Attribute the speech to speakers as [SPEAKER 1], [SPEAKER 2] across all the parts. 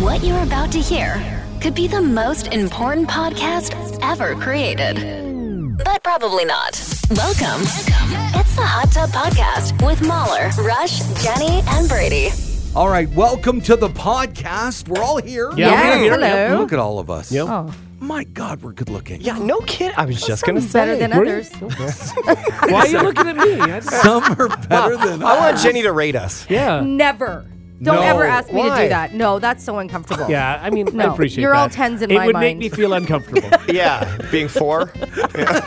[SPEAKER 1] What you're about to hear could be the most important podcast ever created, but probably not. Welcome. It's the Hot Tub Podcast with Mahler, Rush, Jenny, and Brady.
[SPEAKER 2] All right, welcome to the podcast. We're all here.
[SPEAKER 3] Yeah, Yeah, we're here. hello.
[SPEAKER 2] Yep, Look at all of us.
[SPEAKER 3] Yep.
[SPEAKER 4] Oh.
[SPEAKER 2] My God, we're good looking.
[SPEAKER 3] Yeah, no kid. I was just gonna
[SPEAKER 4] Some's better
[SPEAKER 3] say.
[SPEAKER 4] than
[SPEAKER 3] Were
[SPEAKER 4] others.
[SPEAKER 3] you- Why are you looking at me? I, just-
[SPEAKER 2] Some are better than
[SPEAKER 3] I want
[SPEAKER 2] others.
[SPEAKER 3] Jenny to rate us.
[SPEAKER 5] Yeah.
[SPEAKER 4] Never. Don't
[SPEAKER 2] No.
[SPEAKER 4] ever ask me to
[SPEAKER 3] Why?
[SPEAKER 4] do that. No, that's so uncomfortable.
[SPEAKER 5] Yeah. I mean,
[SPEAKER 4] No,
[SPEAKER 5] I appreciate
[SPEAKER 4] you're all
[SPEAKER 5] that.
[SPEAKER 4] tens in
[SPEAKER 5] it
[SPEAKER 4] my
[SPEAKER 5] would make
[SPEAKER 4] mind.
[SPEAKER 5] me feel uncomfortable.
[SPEAKER 3] Yeah, being four.
[SPEAKER 2] Yeah,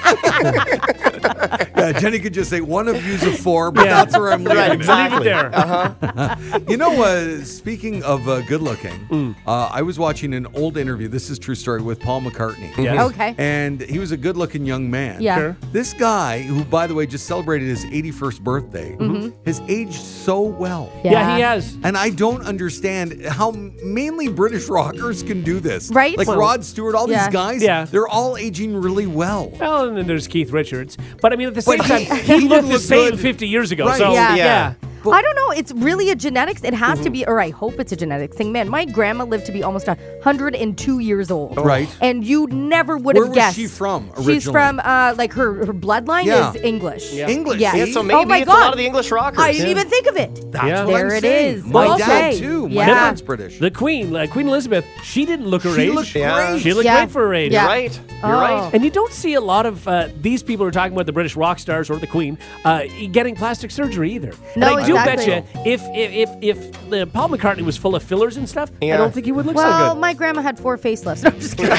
[SPEAKER 2] Uh, Jenny could just say one of you's a four, but
[SPEAKER 5] Yeah.
[SPEAKER 2] that's where I'm leaving.
[SPEAKER 3] Right,
[SPEAKER 2] it.
[SPEAKER 3] exactly.
[SPEAKER 5] Leave it there.
[SPEAKER 2] You know, uh, speaking of uh, good looking,
[SPEAKER 3] Mm.
[SPEAKER 2] uh, I was watching an old interview. This is true story with Paul McCartney.
[SPEAKER 3] Mm-hmm.
[SPEAKER 5] Yes.
[SPEAKER 4] Okay.
[SPEAKER 2] And he was a good looking young man.
[SPEAKER 4] Yeah. Sure.
[SPEAKER 2] This guy, who, by the way, just celebrated his 81st birthday,
[SPEAKER 4] Mm-hmm.
[SPEAKER 2] has aged so well.
[SPEAKER 4] Yeah.
[SPEAKER 5] Yeah, he has.
[SPEAKER 2] And I don't understand how mainly British rockers can do this.
[SPEAKER 4] Right?
[SPEAKER 2] Like
[SPEAKER 4] Well-
[SPEAKER 2] Rod Stewart, all
[SPEAKER 4] Yeah.
[SPEAKER 2] these guys,
[SPEAKER 5] Yeah.
[SPEAKER 2] they're all aging really well.
[SPEAKER 5] Well, and then there's Keith Richards. But I mean, at the same
[SPEAKER 2] But
[SPEAKER 5] time,
[SPEAKER 2] he-
[SPEAKER 5] he,
[SPEAKER 2] he
[SPEAKER 5] looked the
[SPEAKER 2] looked
[SPEAKER 5] same
[SPEAKER 2] good.
[SPEAKER 5] 50 years ago.
[SPEAKER 2] Right.
[SPEAKER 5] So,
[SPEAKER 4] Yeah.
[SPEAKER 5] yeah.
[SPEAKER 3] Yeah.
[SPEAKER 4] I don't know. It's really a genetics. It has to be, or I hope it's a genetics thing. Man, my grandma lived to be almost 102 years old.
[SPEAKER 2] Oh. Right.
[SPEAKER 4] And you never would
[SPEAKER 2] Where
[SPEAKER 4] have
[SPEAKER 2] was
[SPEAKER 4] guessed.
[SPEAKER 2] she from
[SPEAKER 4] She's
[SPEAKER 2] originally?
[SPEAKER 4] from, uh, like, her, her bloodline
[SPEAKER 2] Yeah.
[SPEAKER 4] is English.
[SPEAKER 5] Yeah.
[SPEAKER 2] English.
[SPEAKER 4] Yeah.
[SPEAKER 3] Yeah,
[SPEAKER 2] see?
[SPEAKER 3] so maybe
[SPEAKER 4] my
[SPEAKER 3] it's a
[SPEAKER 4] God.
[SPEAKER 3] lot of the English rockers.
[SPEAKER 4] I didn't even think of it.
[SPEAKER 2] That's
[SPEAKER 5] Yeah.
[SPEAKER 2] what I'm
[SPEAKER 4] There it
[SPEAKER 2] saying.
[SPEAKER 4] is.
[SPEAKER 2] My
[SPEAKER 4] Well
[SPEAKER 2] dad,
[SPEAKER 4] said.
[SPEAKER 2] too. My
[SPEAKER 4] Yeah.
[SPEAKER 2] dad's British.
[SPEAKER 5] The Queen, like Queen Elizabeth, she didn't look her
[SPEAKER 2] she
[SPEAKER 5] age.
[SPEAKER 2] looked
[SPEAKER 3] Yeah.
[SPEAKER 2] great.
[SPEAKER 5] She looked
[SPEAKER 4] Yeah.
[SPEAKER 5] great for her age.
[SPEAKER 4] Yeah.
[SPEAKER 3] You're right. You're
[SPEAKER 4] Oh.
[SPEAKER 3] right.
[SPEAKER 5] And you don't see a lot of uh, these people are talking about the British rock stars or the Queen uh, getting plastic surgery either. and
[SPEAKER 4] No,
[SPEAKER 5] I do
[SPEAKER 4] exactly.
[SPEAKER 5] bet you if if if, if uh, Paul McCartney was full of fillers and stuff, I
[SPEAKER 3] Yeah.
[SPEAKER 5] don't think he would look
[SPEAKER 4] Well,
[SPEAKER 5] so good.
[SPEAKER 4] my grandma had four facelifts. No, I'm just kidding.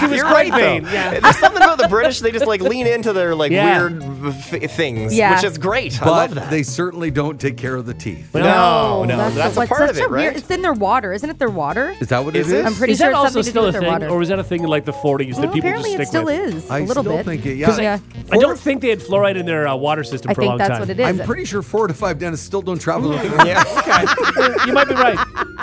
[SPEAKER 5] He was
[SPEAKER 3] You're
[SPEAKER 5] quite
[SPEAKER 3] right,
[SPEAKER 5] vain.
[SPEAKER 3] though.
[SPEAKER 5] Yeah.
[SPEAKER 3] There's something about the British. They just like lean into their like
[SPEAKER 5] Yeah.
[SPEAKER 3] weird f- things,
[SPEAKER 4] Yeah.
[SPEAKER 3] which is great. I
[SPEAKER 2] But
[SPEAKER 3] love that.
[SPEAKER 2] they certainly don't take care of the teeth.
[SPEAKER 5] Oh, No, no,
[SPEAKER 4] that's,
[SPEAKER 3] that's a
[SPEAKER 4] what's
[SPEAKER 3] part of
[SPEAKER 4] such
[SPEAKER 3] it,
[SPEAKER 4] weird-
[SPEAKER 3] right?
[SPEAKER 4] It's in their water. Isn't it their water?
[SPEAKER 2] Is that what
[SPEAKER 3] Is it?
[SPEAKER 2] is?
[SPEAKER 3] I'm
[SPEAKER 4] pretty
[SPEAKER 5] Is that
[SPEAKER 4] sure it's
[SPEAKER 5] also
[SPEAKER 4] something to do
[SPEAKER 5] still a
[SPEAKER 4] with their
[SPEAKER 5] thing,
[SPEAKER 4] water.
[SPEAKER 5] or was that a thing in like the 40s that
[SPEAKER 4] Well,
[SPEAKER 5] people just
[SPEAKER 4] apparently
[SPEAKER 5] stick
[SPEAKER 4] it still
[SPEAKER 5] with?
[SPEAKER 4] is.
[SPEAKER 2] I
[SPEAKER 4] a little
[SPEAKER 2] still
[SPEAKER 4] bit.
[SPEAKER 2] think it. Yeah.
[SPEAKER 5] 'Cause I- I don't think they had fluoride in their uh, water system
[SPEAKER 4] I
[SPEAKER 5] for a
[SPEAKER 4] think
[SPEAKER 5] long
[SPEAKER 4] that's
[SPEAKER 5] time.
[SPEAKER 4] what it is.
[SPEAKER 2] I'm pretty sure four to five dentists still don't travel. with them.
[SPEAKER 3] yeah,
[SPEAKER 5] is. you might be right.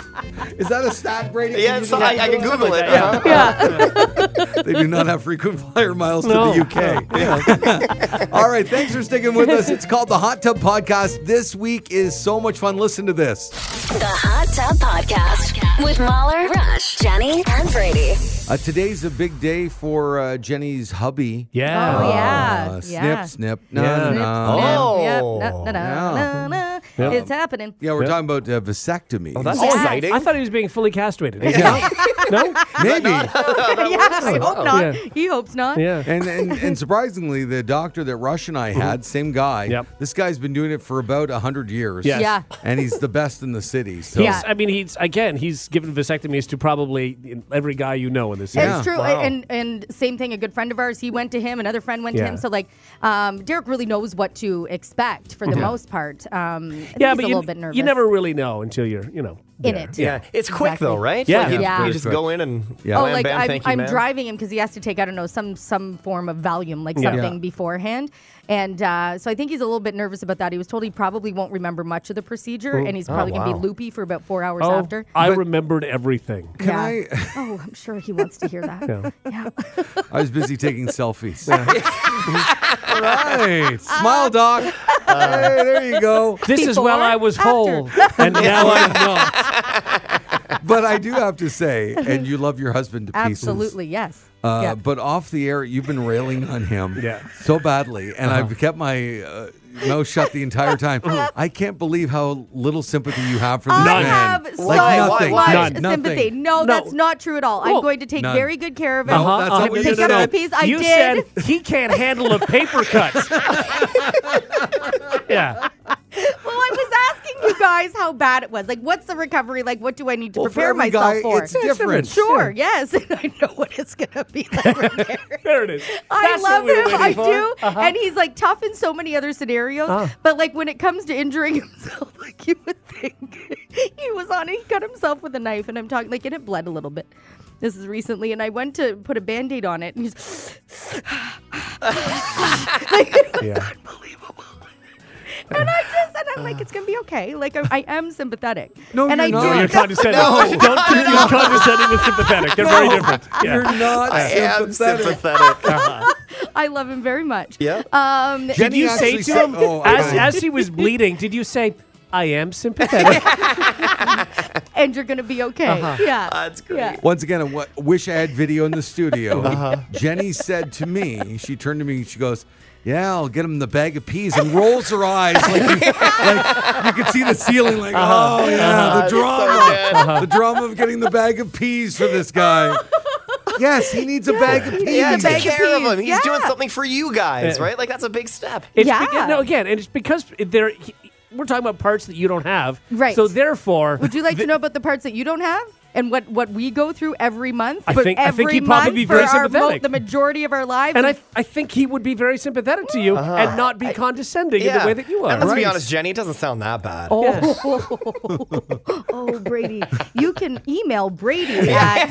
[SPEAKER 2] Is that a stat,
[SPEAKER 4] Oh.
[SPEAKER 2] Brady?
[SPEAKER 3] yeah. So I, I can Google it.
[SPEAKER 5] like that,
[SPEAKER 3] uh-huh.
[SPEAKER 2] They do not have frequent flyer miles
[SPEAKER 5] No.
[SPEAKER 2] to the UK. All right, thanks for sticking with us. It's called the Hot Tub Podcast. This week is so much fun. Listen to this.
[SPEAKER 1] The Hot Tub Podcast with Mahler, Rush, Jenny, and Brady.
[SPEAKER 2] Uh, today's a big day for uh, Jenny's hubby.
[SPEAKER 5] Yeah.
[SPEAKER 4] Oh, yeah.
[SPEAKER 2] Uh,
[SPEAKER 4] yeah.
[SPEAKER 2] Snip, snip. No,
[SPEAKER 5] Yeah.
[SPEAKER 2] no.
[SPEAKER 4] Snip,
[SPEAKER 2] no.
[SPEAKER 4] snip,
[SPEAKER 3] Oh.
[SPEAKER 4] yep, na- na- na-
[SPEAKER 2] Yeah.
[SPEAKER 4] na- na. It's happening.
[SPEAKER 2] Yeah, we're
[SPEAKER 5] Yeah.
[SPEAKER 2] talking about uh, vasectomy.
[SPEAKER 3] Well, that's
[SPEAKER 4] Yes.
[SPEAKER 3] exciting.
[SPEAKER 5] I thought he was being fully castrated.
[SPEAKER 2] Yeah.
[SPEAKER 5] No?
[SPEAKER 2] Maybe.
[SPEAKER 4] yeah, I hope not.
[SPEAKER 5] Yeah.
[SPEAKER 4] He hopes not.
[SPEAKER 5] Yeah.
[SPEAKER 2] And, and and surprisingly, the doctor that Rush and I had, same guy.
[SPEAKER 5] Yep.
[SPEAKER 2] This guy's been doing it for about hundred years.
[SPEAKER 5] Yes.
[SPEAKER 4] Yeah.
[SPEAKER 2] And he's the best in the city. So
[SPEAKER 4] Yeah.
[SPEAKER 5] I mean, he's again, he's given vasectomies to probably every guy you know in this city.
[SPEAKER 2] Yeah.
[SPEAKER 4] It's true,
[SPEAKER 3] Wow.
[SPEAKER 4] and and same thing. A good friend of ours, he went to him. Another friend went
[SPEAKER 5] Yeah.
[SPEAKER 4] to him. So like, um, Derek really knows what to expect for the most part. Um, I think
[SPEAKER 5] Yeah,
[SPEAKER 4] he's
[SPEAKER 5] but
[SPEAKER 4] a
[SPEAKER 5] you,
[SPEAKER 4] little bit nervous.
[SPEAKER 5] you never really know until you're, you know,
[SPEAKER 4] in
[SPEAKER 5] there.
[SPEAKER 4] it.
[SPEAKER 3] yeah, it's quick
[SPEAKER 4] Exactly.
[SPEAKER 3] though, right?
[SPEAKER 5] Yeah.
[SPEAKER 3] Like, you-
[SPEAKER 4] Yeah.
[SPEAKER 3] You just
[SPEAKER 2] Very
[SPEAKER 3] go in and
[SPEAKER 2] Yeah.
[SPEAKER 4] Oh,
[SPEAKER 3] bam,
[SPEAKER 4] like
[SPEAKER 3] bam,
[SPEAKER 4] I'm,
[SPEAKER 3] thank you,
[SPEAKER 4] I'm
[SPEAKER 3] ma'am.
[SPEAKER 4] driving him because he has to take I don't know some some form of Valium, like
[SPEAKER 5] Yeah.
[SPEAKER 4] something
[SPEAKER 2] Yeah.
[SPEAKER 4] beforehand, and uh, so I think he's a little bit nervous about that. He was told he probably won't remember much of the procedure, and he's probably gonna
[SPEAKER 3] wow.
[SPEAKER 4] be loopy for about four hours
[SPEAKER 5] Oh,
[SPEAKER 4] after.
[SPEAKER 5] I remembered everything.
[SPEAKER 2] Can
[SPEAKER 4] Yeah.
[SPEAKER 2] I?
[SPEAKER 4] oh, I'm sure he wants to hear that.
[SPEAKER 5] Yeah.
[SPEAKER 4] yeah.
[SPEAKER 2] I was busy taking selfies. All right. Smile, doc. Hey, there you go.
[SPEAKER 5] This is while
[SPEAKER 4] Before,
[SPEAKER 5] I was
[SPEAKER 4] after.
[SPEAKER 5] whole, and now I'm not.
[SPEAKER 2] But I do have to say, and you love your husband to pieces.
[SPEAKER 4] Absolutely, yes.
[SPEAKER 2] Uh,
[SPEAKER 4] yeah.
[SPEAKER 2] But off the air, you've been railing on him
[SPEAKER 5] Yeah.
[SPEAKER 2] so badly, and I've kept my uh, mouth shut the entire time. I can't believe how little sympathy you have for this
[SPEAKER 4] I
[SPEAKER 2] man.
[SPEAKER 4] have so
[SPEAKER 2] like nothing.
[SPEAKER 4] much
[SPEAKER 5] None.
[SPEAKER 4] sympathy. No,
[SPEAKER 5] No.
[SPEAKER 4] that's not true at all.
[SPEAKER 5] Whoa.
[SPEAKER 4] I'm going to take
[SPEAKER 2] None.
[SPEAKER 4] very good care of him.
[SPEAKER 2] No, that's not
[SPEAKER 5] Uh-huh.
[SPEAKER 2] what
[SPEAKER 4] you
[SPEAKER 5] No, no,
[SPEAKER 4] said.
[SPEAKER 5] no.
[SPEAKER 4] Piece, I
[SPEAKER 5] You
[SPEAKER 4] did.
[SPEAKER 5] said he can't handle a paper cut. yeah.
[SPEAKER 4] Well, I was asking you guys how bad it was. Like, what's the recovery like? What do I need to
[SPEAKER 2] Well, for
[SPEAKER 4] prepare
[SPEAKER 2] every
[SPEAKER 4] myself
[SPEAKER 2] guy,
[SPEAKER 4] for?
[SPEAKER 2] it's different.
[SPEAKER 4] Sure, yes. And I know what it's going to be like when they're
[SPEAKER 5] There it is.
[SPEAKER 4] I
[SPEAKER 5] That's what
[SPEAKER 4] love
[SPEAKER 5] we were
[SPEAKER 4] him.
[SPEAKER 5] waiting for.
[SPEAKER 4] I
[SPEAKER 5] Uh-huh. Uh.
[SPEAKER 4] do. And he's like tough in so many other scenarios. But like when it comes to injuring himself, like you would think he was on it. He cut himself with a knife. And I'm talking like, and it bled a little bit. This is recently. And I went to put a band aid on it. And he's like, it was
[SPEAKER 5] Yeah.
[SPEAKER 4] unbelievable. And I just, and I'm like, it's going to be okay. Like, I, I am sympathetic.
[SPEAKER 2] No,
[SPEAKER 4] and
[SPEAKER 2] you're
[SPEAKER 4] I
[SPEAKER 2] not.
[SPEAKER 4] do.
[SPEAKER 5] Oh, you're condescending. Don't confuse condescending with sympathetic. They're very different. Yeah.
[SPEAKER 2] You're not
[SPEAKER 3] I am
[SPEAKER 2] sympathetic.
[SPEAKER 3] sympathetic.
[SPEAKER 4] I love him very much.
[SPEAKER 3] Yeah.
[SPEAKER 4] Um,
[SPEAKER 2] Jenny
[SPEAKER 5] Did you say
[SPEAKER 2] actually
[SPEAKER 5] to
[SPEAKER 2] said-
[SPEAKER 5] him
[SPEAKER 2] Oh,
[SPEAKER 5] as,
[SPEAKER 2] okay.
[SPEAKER 5] as he was bleeding? Did you say, I am sympathetic.
[SPEAKER 4] and you're gonna be okay.
[SPEAKER 5] Uh-huh.
[SPEAKER 4] Yeah,
[SPEAKER 3] That's great.
[SPEAKER 4] Yeah.
[SPEAKER 2] Once again, I w- wish I had video in the studio. Jenny said to me, she turned to me, she goes, yeah, I'll get him the bag of peas and rolls her eyes like you, like you could see the ceiling, like oh yeah, the drama, the drama of getting the bag of peas for this guy. yes, he needs a bag of peas.
[SPEAKER 3] Yeah,
[SPEAKER 4] He's a
[SPEAKER 3] take
[SPEAKER 4] bag of
[SPEAKER 3] care of
[SPEAKER 4] peas.
[SPEAKER 3] him. He's doing
[SPEAKER 4] Yeah.
[SPEAKER 3] something for you guys,
[SPEAKER 5] Yeah.
[SPEAKER 3] right? Like that's a big step.
[SPEAKER 5] It's
[SPEAKER 4] Yeah.
[SPEAKER 5] beca- no, again, and it's because there. We're talking about parts that you don't have.
[SPEAKER 4] Right.
[SPEAKER 5] So therefore,
[SPEAKER 4] Would you like to know about the parts that you don't have and what, what we go through every month?
[SPEAKER 5] I
[SPEAKER 4] But
[SPEAKER 5] think- I
[SPEAKER 4] every
[SPEAKER 5] think he'd
[SPEAKER 4] month
[SPEAKER 5] probably be
[SPEAKER 4] for
[SPEAKER 5] very
[SPEAKER 4] our mo-
[SPEAKER 5] sympathetic.
[SPEAKER 4] the majority of our lives.
[SPEAKER 5] and I, I think he would be very sympathetic to you and not be condescending in the way that you are.
[SPEAKER 3] And let's be
[SPEAKER 5] Right.
[SPEAKER 3] honest, Jenny, it doesn't sound that bad.
[SPEAKER 4] oh, Brady, you can email Brady at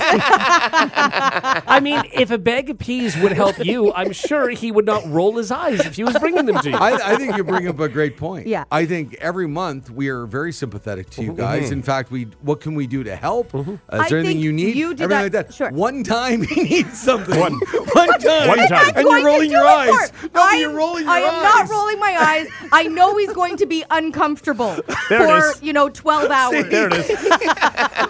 [SPEAKER 5] I mean, if a bag of peas would help you, I'm sure he would not roll his eyes if he was bringing them to you.
[SPEAKER 2] I, I think you bring up a great point.
[SPEAKER 4] Yeah.
[SPEAKER 2] I think every month we are very sympathetic to you guys. In fact, we what can we do to help? Uh, is
[SPEAKER 4] I
[SPEAKER 2] there anything
[SPEAKER 4] think
[SPEAKER 2] you need?
[SPEAKER 4] you did
[SPEAKER 2] Everything
[SPEAKER 4] that-
[SPEAKER 2] like that.
[SPEAKER 4] sure.
[SPEAKER 2] One time he needs something. One, one time.
[SPEAKER 5] One time.
[SPEAKER 2] And you're
[SPEAKER 4] going to
[SPEAKER 2] rolling
[SPEAKER 4] do
[SPEAKER 2] your
[SPEAKER 4] it for
[SPEAKER 2] eyes.
[SPEAKER 4] him.
[SPEAKER 2] No, but
[SPEAKER 4] I
[SPEAKER 2] you're
[SPEAKER 4] am-
[SPEAKER 2] rolling your
[SPEAKER 4] I
[SPEAKER 2] eyes.
[SPEAKER 4] am not rolling my eyes. I know he's going to be uncomfortable
[SPEAKER 5] There it
[SPEAKER 4] for
[SPEAKER 5] is.
[SPEAKER 4] you know twelve hours.
[SPEAKER 5] There it is.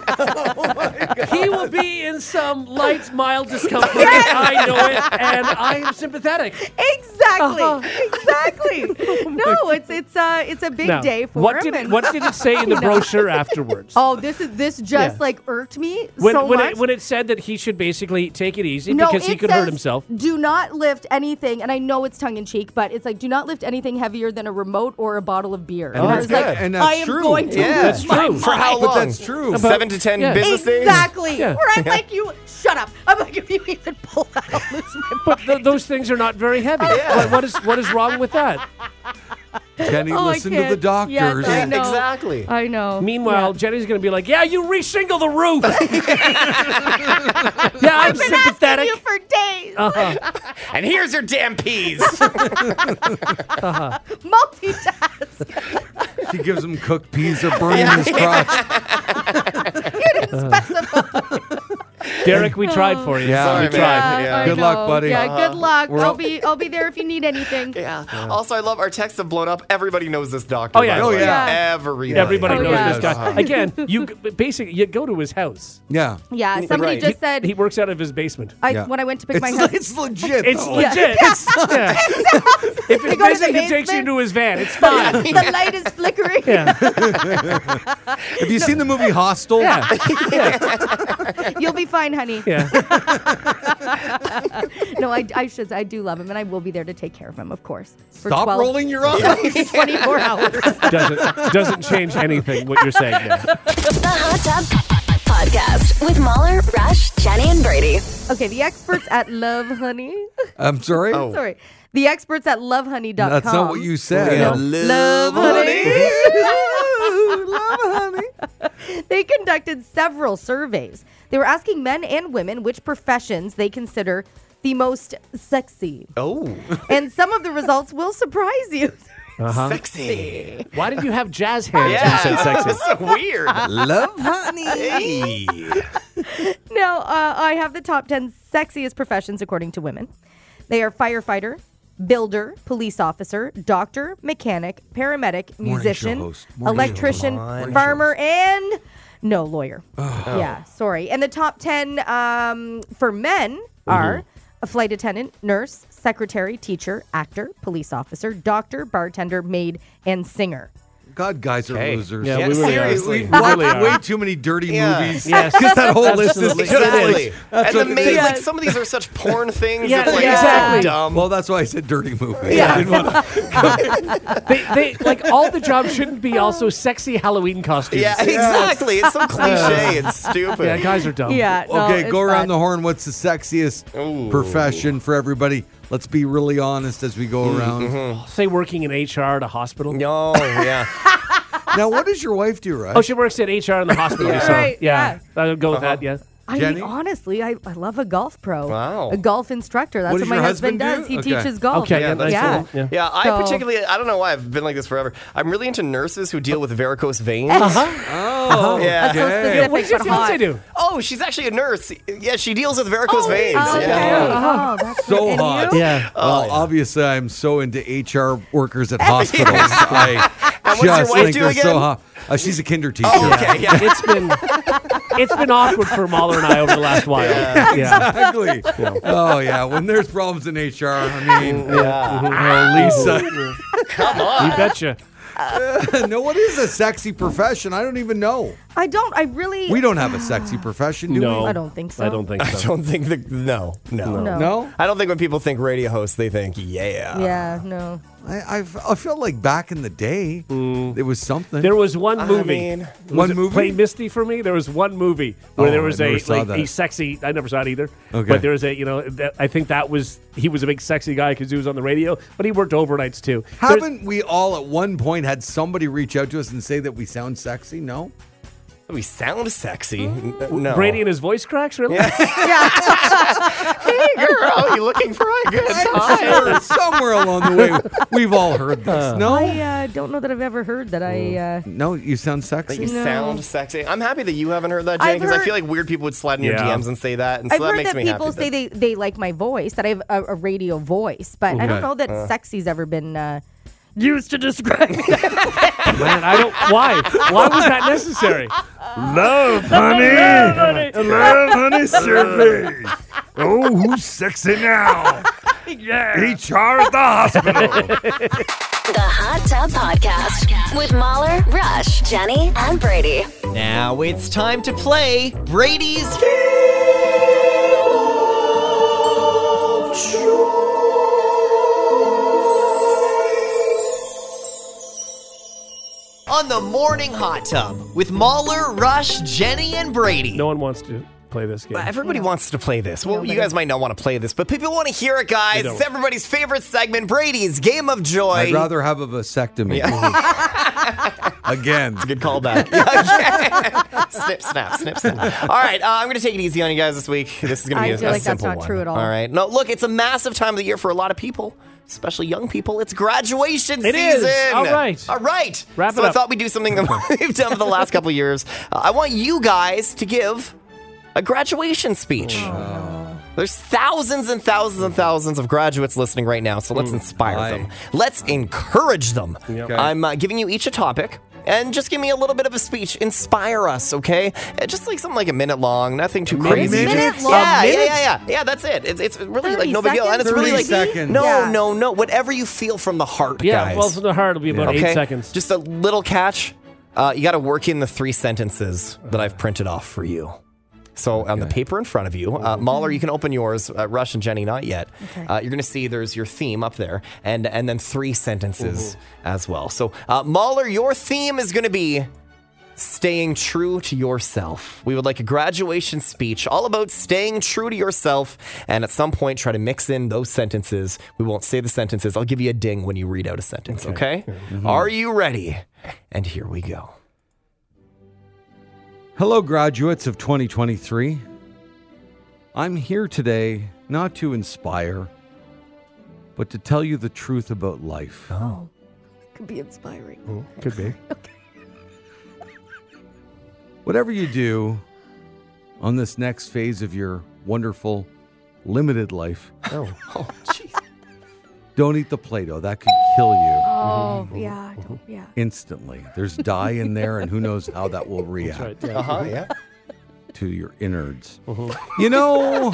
[SPEAKER 5] Oh He will be in some light, mild discomfort. I know it, and I am sympathetic.
[SPEAKER 4] Exactly, exactly. no, it's it's uh it's a big
[SPEAKER 5] Uh-huh. Oh Now,
[SPEAKER 4] day for
[SPEAKER 5] what
[SPEAKER 4] him.
[SPEAKER 5] did it,
[SPEAKER 4] and-
[SPEAKER 5] what did it say in the brochure afterwards?
[SPEAKER 4] oh, this is this
[SPEAKER 5] Yeah.
[SPEAKER 4] just like irked me
[SPEAKER 5] when,
[SPEAKER 4] so
[SPEAKER 5] when
[SPEAKER 4] much.
[SPEAKER 5] it, when it said that he should basically take it easy because he
[SPEAKER 4] it
[SPEAKER 5] could
[SPEAKER 4] says,
[SPEAKER 5] hurt himself.
[SPEAKER 4] Do not lift anything, and I know it's tongue in cheek, but it's like do not lift anything heavier than a remote or a bottle of beer. And I
[SPEAKER 5] Oh, that's
[SPEAKER 4] was like,
[SPEAKER 2] good. And
[SPEAKER 4] I
[SPEAKER 2] that's
[SPEAKER 4] am
[SPEAKER 2] true.
[SPEAKER 4] going to
[SPEAKER 3] Yeah.
[SPEAKER 5] That's true.
[SPEAKER 3] For how
[SPEAKER 2] But
[SPEAKER 3] long?
[SPEAKER 2] that's true.
[SPEAKER 3] Seven to ten
[SPEAKER 5] Yeah.
[SPEAKER 3] business days.
[SPEAKER 4] Exactly.
[SPEAKER 5] Yeah.
[SPEAKER 4] Where I'm like, you shut up. I'm like, if you even pull that, I'll lose my
[SPEAKER 5] But th- those things are not very heavy. What- what is what is wrong with that?
[SPEAKER 2] Jenny,
[SPEAKER 4] Oh, I
[SPEAKER 2] listen to the
[SPEAKER 4] can't. Yes,
[SPEAKER 2] doctors.
[SPEAKER 4] I know.
[SPEAKER 3] Exactly.
[SPEAKER 4] I know.
[SPEAKER 5] Meanwhile, Jenny's going to be like, "Yeah, you reshingle the roof." yeah, I'm
[SPEAKER 4] I've been asking
[SPEAKER 5] sympathetic.
[SPEAKER 4] you for days,
[SPEAKER 5] Uh-huh.
[SPEAKER 3] And here's your damn peas.
[SPEAKER 4] multitask.
[SPEAKER 2] She gives him cooked peas or burning his crotch.
[SPEAKER 5] Derek, we tried for you.
[SPEAKER 2] Yeah.
[SPEAKER 5] Sorry,
[SPEAKER 2] Sorry,
[SPEAKER 5] we
[SPEAKER 2] man.
[SPEAKER 5] tried.
[SPEAKER 4] I
[SPEAKER 3] Yeah.
[SPEAKER 2] Good luck,
[SPEAKER 4] know.
[SPEAKER 2] buddy. Uh-huh.
[SPEAKER 4] Yeah, good luck.
[SPEAKER 2] We're
[SPEAKER 4] I'll
[SPEAKER 2] all-
[SPEAKER 4] be I'll be there if you need anything.
[SPEAKER 3] yeah. Also, I love our texts have blown up. Everybody knows this doctor.
[SPEAKER 5] Oh, yeah.
[SPEAKER 3] by the
[SPEAKER 2] Oh,
[SPEAKER 3] way.
[SPEAKER 2] yeah.
[SPEAKER 3] Everybody.
[SPEAKER 5] Everybody
[SPEAKER 4] Oh,
[SPEAKER 5] knows
[SPEAKER 4] yeah.
[SPEAKER 5] this guy. Again, you g- basically you go to his house.
[SPEAKER 2] Yeah.
[SPEAKER 4] Yeah, somebody
[SPEAKER 3] Right.
[SPEAKER 4] just said Uh,
[SPEAKER 5] He works out of his basement.
[SPEAKER 4] I,
[SPEAKER 2] Yeah.
[SPEAKER 4] when I went to pick
[SPEAKER 2] It's,
[SPEAKER 4] my hair.
[SPEAKER 2] it's legit.
[SPEAKER 5] It's
[SPEAKER 2] though.
[SPEAKER 5] legit. It's, yeah. If it
[SPEAKER 4] You go to the
[SPEAKER 5] basically takes you
[SPEAKER 4] basement?
[SPEAKER 5] into his van, it's fine.
[SPEAKER 4] the light is flickering.
[SPEAKER 5] Yeah.
[SPEAKER 2] Have you seen the movie Hostel?
[SPEAKER 5] Yeah.
[SPEAKER 4] You'll be fine, honey.
[SPEAKER 5] yeah.
[SPEAKER 4] No, I, I should. I do love him, and I will be there to take care of him, of course. For
[SPEAKER 2] Stop
[SPEAKER 4] 12
[SPEAKER 2] rolling your eyes.
[SPEAKER 4] 24 hours.
[SPEAKER 5] Doesn't doesn't change anything what you're saying there.
[SPEAKER 1] The Hot Tub Podcast with Mahler, Rush, Jenny, and Brady.
[SPEAKER 4] Okay, the experts at Love Honey.
[SPEAKER 2] I'm sorry.
[SPEAKER 3] Oh.
[SPEAKER 4] Sorry. The experts at lovehoney.com.
[SPEAKER 2] That's not what you said.
[SPEAKER 5] Yeah.
[SPEAKER 4] Love honey.
[SPEAKER 2] Love honey.
[SPEAKER 4] They conducted several surveys. They were asking men and women which professions they consider the most sexy.
[SPEAKER 3] Oh,
[SPEAKER 4] And some of the results will surprise you.
[SPEAKER 3] Uh-huh. sexy.
[SPEAKER 5] Why did you have jazz hands
[SPEAKER 3] Yeah.
[SPEAKER 5] when you said sexy?
[SPEAKER 3] That's so weird.
[SPEAKER 2] Love honey.
[SPEAKER 3] Hey.
[SPEAKER 4] Now, uh, I have the top 10 sexiest professions according to women. They are firefighter, builder, police officer, doctor, mechanic, paramedic,
[SPEAKER 2] Morning
[SPEAKER 4] musician,
[SPEAKER 2] show host. Morning show
[SPEAKER 4] electrician,
[SPEAKER 2] host. Oh. Morning
[SPEAKER 4] farmer, and no lawyer. Yeah, sorry. And the top 10 um, for men
[SPEAKER 2] Mm-hmm.
[SPEAKER 4] are a flight attendant, nurse, secretary, teacher, actor, police officer, doctor, bartender, maid, and singer.
[SPEAKER 2] God, guys are
[SPEAKER 3] Okay.
[SPEAKER 2] losers.
[SPEAKER 5] Yeah,
[SPEAKER 3] Yeah,
[SPEAKER 5] we really
[SPEAKER 3] seriously.
[SPEAKER 5] are.
[SPEAKER 2] Watch
[SPEAKER 5] We really are.
[SPEAKER 2] way too many dirty
[SPEAKER 3] Yeah.
[SPEAKER 2] movies.
[SPEAKER 5] Yes.
[SPEAKER 2] Because that whole list is
[SPEAKER 5] Absolutely.
[SPEAKER 2] just like-
[SPEAKER 3] Exactly.
[SPEAKER 2] That's
[SPEAKER 3] and
[SPEAKER 2] what
[SPEAKER 3] the
[SPEAKER 2] it
[SPEAKER 3] maid,
[SPEAKER 2] is.
[SPEAKER 3] like some of these are such porn things.
[SPEAKER 5] Yeah,
[SPEAKER 3] it's like
[SPEAKER 5] exactly.
[SPEAKER 3] so dumb.
[SPEAKER 2] Well, that's why I said dirty movies.
[SPEAKER 4] Yeah.
[SPEAKER 2] I didn't wanna-
[SPEAKER 5] They, they like all the jobs shouldn't be also sexy Halloween costumes.
[SPEAKER 3] yeah, exactly. It's some cliche. It's stupid.
[SPEAKER 5] Yeah, guys are dumb.
[SPEAKER 4] Yeah. no,
[SPEAKER 2] Um, okay,
[SPEAKER 4] it's
[SPEAKER 2] go around
[SPEAKER 4] bad.
[SPEAKER 2] the horn. What's the sexiest profession for everybody? Let's be really honest as we go
[SPEAKER 3] Mm-hmm.
[SPEAKER 2] around.
[SPEAKER 5] Say working in HR at a hospital.
[SPEAKER 3] No, yeah.
[SPEAKER 2] Now, what does your wife do, right?
[SPEAKER 5] Oh, she works at HR in the hospital.
[SPEAKER 4] Yeah.
[SPEAKER 5] So
[SPEAKER 4] Right,
[SPEAKER 5] yeah, I'll go with
[SPEAKER 3] Uh-huh.
[SPEAKER 5] that. Yeah.
[SPEAKER 4] I
[SPEAKER 2] Jenny?
[SPEAKER 4] mean, honestly, I, I love a golf pro.
[SPEAKER 3] Wow.
[SPEAKER 4] A golf instructor. That's
[SPEAKER 2] What
[SPEAKER 4] what,
[SPEAKER 2] does
[SPEAKER 4] my
[SPEAKER 2] your
[SPEAKER 4] husband,
[SPEAKER 2] husband
[SPEAKER 4] does.
[SPEAKER 2] do?
[SPEAKER 4] He
[SPEAKER 2] Okay.
[SPEAKER 4] teaches golf.
[SPEAKER 5] Okay. Yeah.
[SPEAKER 3] that's
[SPEAKER 4] yeah.
[SPEAKER 5] cool. Yeah.
[SPEAKER 3] Yeah, I
[SPEAKER 4] So-
[SPEAKER 3] particularly, I don't know why I've been like this forever. I'm really into nurses who deal with varicose veins.
[SPEAKER 4] Uh-huh.
[SPEAKER 2] Oh,
[SPEAKER 3] Yeah.
[SPEAKER 4] So
[SPEAKER 2] okay.
[SPEAKER 4] specific,
[SPEAKER 5] What does your
[SPEAKER 4] but hot.
[SPEAKER 5] fiance do?
[SPEAKER 3] Oh, she's actually a nurse. Yeah, she deals with varicose veins.
[SPEAKER 4] Okay.
[SPEAKER 3] Yeah.
[SPEAKER 4] Oh, that's
[SPEAKER 2] So
[SPEAKER 4] and
[SPEAKER 2] hot. Oh,
[SPEAKER 4] you?
[SPEAKER 5] Yeah.
[SPEAKER 2] Well, obviously, I'm so into HR workers at hospitals. I,
[SPEAKER 3] And what's your
[SPEAKER 2] just
[SPEAKER 3] wife
[SPEAKER 2] think
[SPEAKER 3] do
[SPEAKER 2] they're so
[SPEAKER 3] again?
[SPEAKER 2] hot. Uh, she's a kinder teacher.
[SPEAKER 3] Oh, okay, yeah.
[SPEAKER 5] It's been it's been awkward for Mahler and I over the last while.
[SPEAKER 3] Yeah.
[SPEAKER 5] yeah.
[SPEAKER 2] Exactly. Oh yeah. When there's problems in HR, I mean,
[SPEAKER 3] Yeah.
[SPEAKER 2] uh, Lisa.
[SPEAKER 5] You betcha.
[SPEAKER 2] uh, no, what is a sexy profession? I don't even know.
[SPEAKER 4] I don't. I really.
[SPEAKER 2] We don't have a sexy profession, do
[SPEAKER 5] No,
[SPEAKER 4] I don't think so.
[SPEAKER 5] I don't think
[SPEAKER 3] I
[SPEAKER 5] so.
[SPEAKER 3] don't think the no, no,
[SPEAKER 2] we?
[SPEAKER 4] No.
[SPEAKER 2] No.
[SPEAKER 3] I don't think when people think radio hosts, they think yeah.
[SPEAKER 4] Yeah. No.
[SPEAKER 2] I, I, I feel like back in the day, there was something.
[SPEAKER 5] Mm. There was one movie.
[SPEAKER 3] mean-
[SPEAKER 5] Was
[SPEAKER 2] One
[SPEAKER 5] it
[SPEAKER 2] movie?
[SPEAKER 5] Play Misty for me. There was one movie where
[SPEAKER 2] Oh,
[SPEAKER 5] there was
[SPEAKER 2] I never
[SPEAKER 5] a
[SPEAKER 2] saw
[SPEAKER 5] like
[SPEAKER 2] that.
[SPEAKER 5] a sexy. I never saw it either.
[SPEAKER 2] Okay.
[SPEAKER 5] But there was a you know that, I think that was he was a big sexy guy because he was on the radio, but he worked overnights too. There-
[SPEAKER 2] Haven't we all at one point had somebody reach out to us and say that we sound sexy? No.
[SPEAKER 3] We sound sexy. N- No,
[SPEAKER 5] Brady and his voice cracks really?
[SPEAKER 4] Yeah.
[SPEAKER 3] girl, you looking for a good time?
[SPEAKER 2] Somewhere, somewhere along the way, we've all heard this. No.
[SPEAKER 4] I uh, don't know that I've ever heard that. I. Uh,
[SPEAKER 2] No, you sound
[SPEAKER 3] That you
[SPEAKER 2] sexy.
[SPEAKER 4] No.
[SPEAKER 3] sound sexy. I'm happy that you haven't heard that,
[SPEAKER 4] I've
[SPEAKER 3] Jane, because I
[SPEAKER 4] heard-
[SPEAKER 3] feel like weird people would slide in
[SPEAKER 5] Yeah.
[SPEAKER 3] your DMs and say that, and so
[SPEAKER 4] I've
[SPEAKER 3] that
[SPEAKER 4] heard
[SPEAKER 3] makes
[SPEAKER 4] that
[SPEAKER 3] me happy.
[SPEAKER 4] people say
[SPEAKER 3] that-
[SPEAKER 4] they, they like my voice, that I have a, a radio voice, but I
[SPEAKER 2] Okay.
[SPEAKER 4] don't know that sexy's ever been uh, used to describe me.
[SPEAKER 5] Man, I don't. Why? Why was that necessary?
[SPEAKER 6] Love, honey. Love, honey, survey. Oh, who's sexy now? HR at the hospital.
[SPEAKER 1] The Hot Tub Podcast with Mahler, Rush, Jenny, and Brady.
[SPEAKER 7] Now it's time to play Brady's. On the morning hot tub with Mahler, Rush, Jenny, and Brady.
[SPEAKER 5] No one wants to play this game.
[SPEAKER 3] Everybody wants to play this. Well, you guys might not want to play this, but people want to hear it, guys.
[SPEAKER 5] don't.
[SPEAKER 3] It's everybody's favorite segment, Brady's Game of Joy.
[SPEAKER 2] I'd rather have a vasectomy. Again.
[SPEAKER 3] Good callback. Yeah, okay. snip, snap, snip, snap. All right, uh, I'm going to take it easy on you guys this week. This is going to be
[SPEAKER 4] I
[SPEAKER 3] a,
[SPEAKER 4] feel
[SPEAKER 3] a
[SPEAKER 4] like that's
[SPEAKER 3] simple
[SPEAKER 4] not
[SPEAKER 3] one.
[SPEAKER 4] true at all.
[SPEAKER 3] All right. No, look, it's a massive time of the year for a lot of people, especially young people. It's graduation
[SPEAKER 5] It is.
[SPEAKER 3] season.
[SPEAKER 5] All right.
[SPEAKER 3] All right.
[SPEAKER 5] Wrap
[SPEAKER 3] so
[SPEAKER 5] it
[SPEAKER 3] I
[SPEAKER 5] up.
[SPEAKER 3] thought we'd do something that we've done for the last couple of years. Uh, I want you guys to give a graduation speech. There's thousands and thousands and thousands of graduates listening right now, so let's inspire
[SPEAKER 2] Aye.
[SPEAKER 3] them. Let's encourage them.
[SPEAKER 2] Okay.
[SPEAKER 3] I'm uh, giving you each a topic, and just give me a little bit of a speech. Inspire us, okay? Uh, Just like something like a minute long, nothing too crazy.
[SPEAKER 2] minute
[SPEAKER 3] Just-
[SPEAKER 4] long?
[SPEAKER 3] Yeah,
[SPEAKER 4] A
[SPEAKER 3] yeah,
[SPEAKER 4] minute?
[SPEAKER 3] yeah, yeah, yeah. That's it. It's, it's really like
[SPEAKER 4] 30
[SPEAKER 3] no big deal, and it's really like
[SPEAKER 4] seconds, maybe?
[SPEAKER 2] seconds.
[SPEAKER 3] no,
[SPEAKER 4] Yeah.
[SPEAKER 3] no, no. Whatever you feel from the heart,
[SPEAKER 5] yeah,
[SPEAKER 3] guys.
[SPEAKER 5] well, from the heart, it'll be about
[SPEAKER 3] okay,
[SPEAKER 5] eight seconds.
[SPEAKER 3] just a little catch. Uh, you got to work in the three sentences that
[SPEAKER 5] Uh-huh.
[SPEAKER 3] I've printed off for you. So on the paper in front of you, uh, Mahler, you can open yours. Uh, Rush and Jenny, not yet. Uh, you're going to see there's your theme up there, and and then three sentences as well. So uh, Mahler, your theme is going to be staying true to yourself. We would like a graduation speech all about staying true to yourself, and at some point try to mix in those sentences. We won't say the sentences. I'll give you a ding when you read out a sentence. Okay? Are you ready? And here we go.
[SPEAKER 2] Hello, graduates of 2023. I'm here today not to inspire, but to tell you the truth about life.
[SPEAKER 3] Uh-huh.
[SPEAKER 4] could be inspiring.
[SPEAKER 2] Oh,
[SPEAKER 5] could be.
[SPEAKER 2] Whatever you do on this next phase of your wonderful, limited life,
[SPEAKER 3] Oh, jeez.
[SPEAKER 2] don't eat the Play Doh. That could kill you
[SPEAKER 4] Oh, yeah. I don't- Yeah.
[SPEAKER 2] instantly. There's dye in there, and who knows how that will react
[SPEAKER 5] Right, Uh-huh. yeah.
[SPEAKER 3] Uh-huh, yeah.
[SPEAKER 2] to your innards. You know,